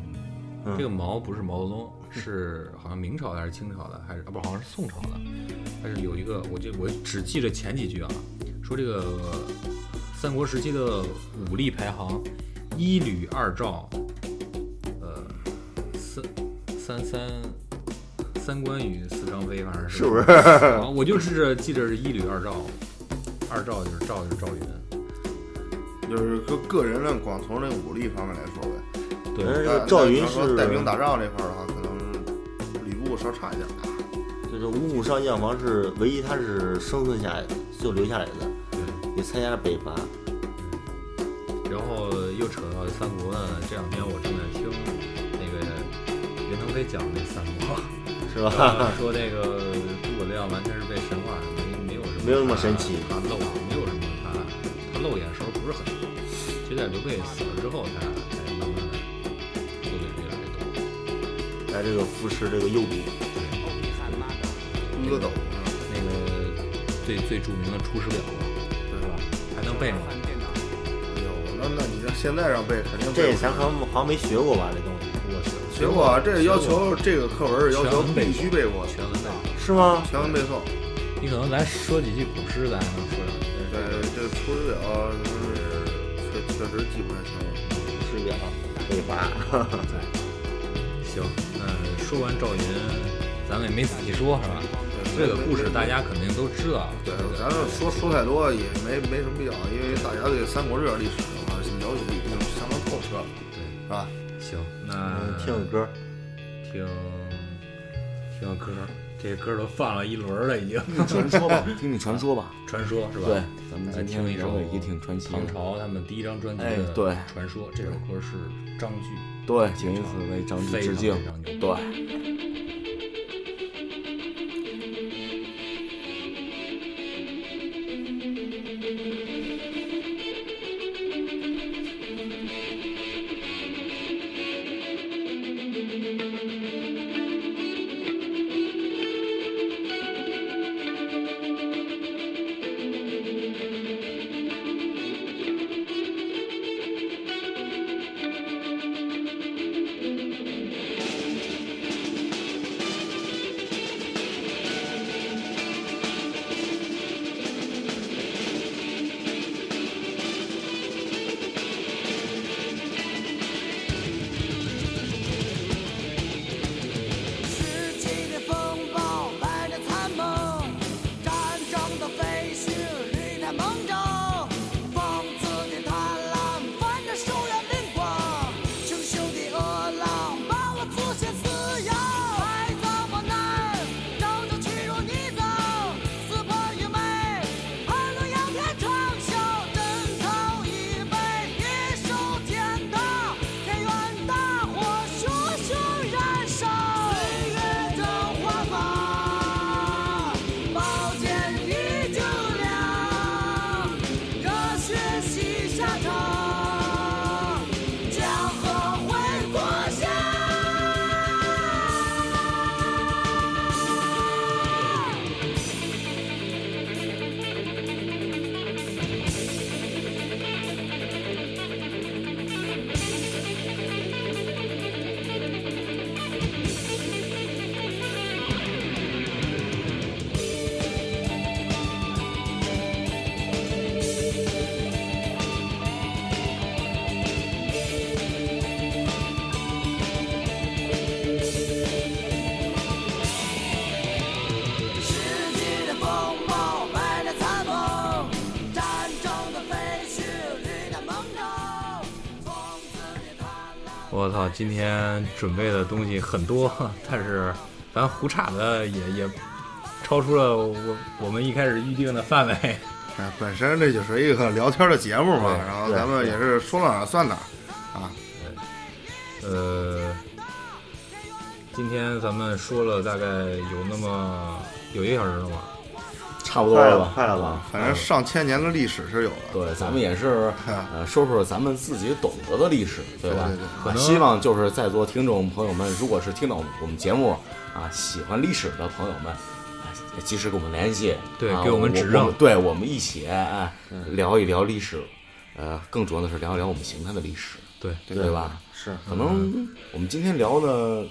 [SPEAKER 3] 嗯
[SPEAKER 5] 这个毛不是毛泽东，是好像明朝的还是清朝的，还是啊不好像是宋朝的，但是有一个我就我只记着前几句啊，说这个三国时期的武力排行，一吕二赵，呃三三三三关羽四张飞，反正是不是？啊，我就记着记着是一吕二赵，二赵就是赵就是赵云，
[SPEAKER 2] 就是说个人呢，光从这武力方面来说呗。
[SPEAKER 5] 对
[SPEAKER 3] 但是这
[SPEAKER 2] 但
[SPEAKER 3] 个赵
[SPEAKER 2] 但你
[SPEAKER 3] 云
[SPEAKER 2] 要说
[SPEAKER 3] 是
[SPEAKER 2] 带兵打仗这块儿的话，可能吕布稍差一点。
[SPEAKER 3] 就是五虎上将王是唯一他是生存下来的，就留下来的，也参加了北伐。
[SPEAKER 5] 然后又扯到三国呢。这两天我正在听那个袁腾飞讲那三 国。
[SPEAKER 3] 是吧？
[SPEAKER 5] 说那个诸葛亮完全是被神话，没没有什么
[SPEAKER 3] 没有那么神奇
[SPEAKER 5] 他他露没有什么他他露眼时候不是很多，就在刘备死了之后才才慢慢的露脸越来越多。
[SPEAKER 3] 来这个扶持这个右臂，
[SPEAKER 2] 阿斗，啊
[SPEAKER 5] 那个最最著名的《出师表》嘛，
[SPEAKER 2] 是吧？
[SPEAKER 5] 还能背吗？
[SPEAKER 2] 哎呦，那那你这现在让背肯定
[SPEAKER 3] 这
[SPEAKER 2] 背不
[SPEAKER 3] 咱
[SPEAKER 2] 上。
[SPEAKER 3] 好像好像没学过吧？这东西我
[SPEAKER 2] 结
[SPEAKER 3] 学过
[SPEAKER 2] 果这要求这个课文是要求
[SPEAKER 5] 全文背
[SPEAKER 2] 必须背过的，
[SPEAKER 5] 全文背过。
[SPEAKER 3] 是吗？
[SPEAKER 2] 全文背诵。
[SPEAKER 5] 你可能咱说几句古诗，咱还能说两句。
[SPEAKER 2] 对，这《出师表》就是确确实记不太清了。
[SPEAKER 3] 师表北伐。
[SPEAKER 5] 行，那说完赵云，咱们也没仔细说，是吧？这个故事大家肯定都知道。
[SPEAKER 2] 对，咱这说说太多也没没什么必要，因为大家对三国这段历史的话了解已经相当透彻了，
[SPEAKER 5] 对，
[SPEAKER 2] 是吧？
[SPEAKER 5] 行，那
[SPEAKER 3] 嗯，听个歌，
[SPEAKER 5] 听听歌，这歌都放了一轮儿了，已经。
[SPEAKER 4] 传说吧，听听传说吧。
[SPEAKER 5] 传说是吧？
[SPEAKER 4] 对，咱们
[SPEAKER 5] 来
[SPEAKER 4] 今
[SPEAKER 5] 听
[SPEAKER 4] 天
[SPEAKER 5] 一
[SPEAKER 4] 聊
[SPEAKER 5] 首
[SPEAKER 4] 的也挺传奇
[SPEAKER 5] 唐
[SPEAKER 4] 的。
[SPEAKER 5] 朝他们第一张专辑
[SPEAKER 4] 哎
[SPEAKER 5] 的《
[SPEAKER 4] 对
[SPEAKER 5] 传说》，这首歌是张炬。
[SPEAKER 4] 对，请以此为张继致敬
[SPEAKER 5] 非常非常。牛
[SPEAKER 4] 对。
[SPEAKER 8] 天
[SPEAKER 5] 我操，今天准备的东西很多， 但是咱胡扯的也也超出了我我们一开始预定的范围。
[SPEAKER 2] 哎，本身这就是一个聊天的节目嘛，然后咱们也是说到哪儿算哪儿。
[SPEAKER 5] 呃，今天咱们说了大概有那么有一个小时了吧？
[SPEAKER 4] 差不多了吧？
[SPEAKER 3] 快了吧
[SPEAKER 2] 反正上千年的历史是有的。
[SPEAKER 4] 对，咱们也 是呃，说说咱们自己懂得的历史，对吧？
[SPEAKER 2] 对对对
[SPEAKER 4] 啊希望就是在座听众朋友们，如果是听到我们节目啊，喜欢历史的朋友们，啊，及时跟我们联系，
[SPEAKER 5] 对
[SPEAKER 4] 啊、
[SPEAKER 5] 给我
[SPEAKER 4] 我
[SPEAKER 5] 们指正
[SPEAKER 4] 我对我们一起哎
[SPEAKER 2] 嗯
[SPEAKER 4] 聊一聊历史，呃，更重要的是聊一聊我们邢台的历史，
[SPEAKER 5] 对，
[SPEAKER 4] 对吧？
[SPEAKER 3] 是
[SPEAKER 4] 可能我们今天聊的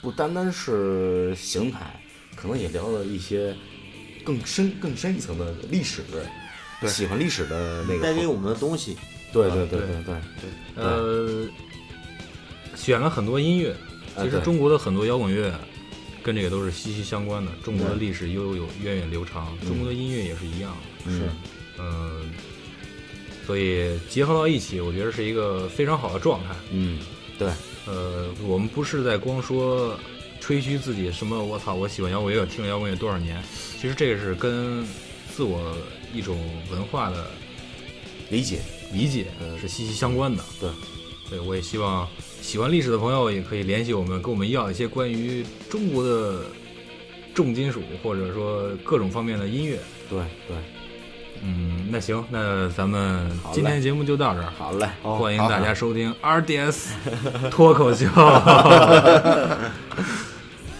[SPEAKER 4] 不单单是邢台，可能也聊了一些更深、更深一层的历史。喜欢历史的那个
[SPEAKER 3] 带
[SPEAKER 4] 朋
[SPEAKER 3] 给
[SPEAKER 4] 友，
[SPEAKER 3] 我们的东西，
[SPEAKER 4] 对对对对对，
[SPEAKER 5] 呃，选了很多音乐，
[SPEAKER 4] 啊
[SPEAKER 5] 其实
[SPEAKER 4] 对
[SPEAKER 5] 中国的很多摇滚乐跟这个都是息息相关的。中国的历史悠悠源远流长，中国的音乐也是一样的。
[SPEAKER 4] 嗯是，
[SPEAKER 5] 嗯，所以结合到一起，我觉得是一个非常好的状态。
[SPEAKER 4] 嗯，对，
[SPEAKER 5] 呃，我们不是在光说吹嘘自己什么，我操，我喜欢摇滚乐，听了摇滚乐多少年，其实这个是跟自我一种文化的
[SPEAKER 4] 理解，
[SPEAKER 5] 理解
[SPEAKER 4] 嗯
[SPEAKER 5] 是息息相关的。
[SPEAKER 4] 对，
[SPEAKER 5] 对我也希望喜欢历史的朋友也可以联系我们，跟我们要一些关于中国的重金属或者说各种方面的音乐。
[SPEAKER 4] 对对，
[SPEAKER 5] 嗯，那行，那咱们
[SPEAKER 4] 好嘞
[SPEAKER 5] 今天的节目就到这儿。
[SPEAKER 4] 好嘞，
[SPEAKER 5] 欢迎大家收 听 RDS 脱口秀，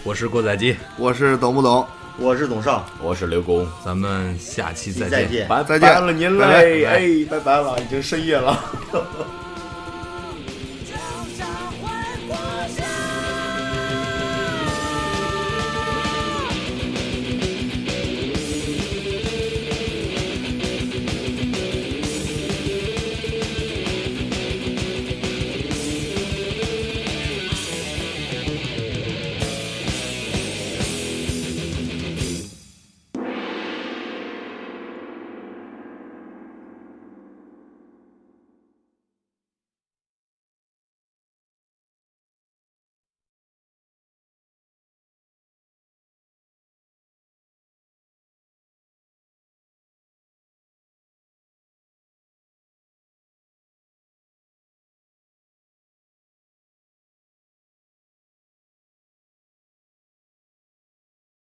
[SPEAKER 5] 我是郭载基，
[SPEAKER 2] 我是懂不懂？
[SPEAKER 3] 我是董少，
[SPEAKER 4] 我是刘工，
[SPEAKER 5] 咱们下期再
[SPEAKER 3] 再
[SPEAKER 5] 见。
[SPEAKER 3] 见。
[SPEAKER 4] 拜
[SPEAKER 2] 再见
[SPEAKER 4] 拜了您
[SPEAKER 2] 拜拜
[SPEAKER 4] 嘞，哎，拜拜了，已经深夜了。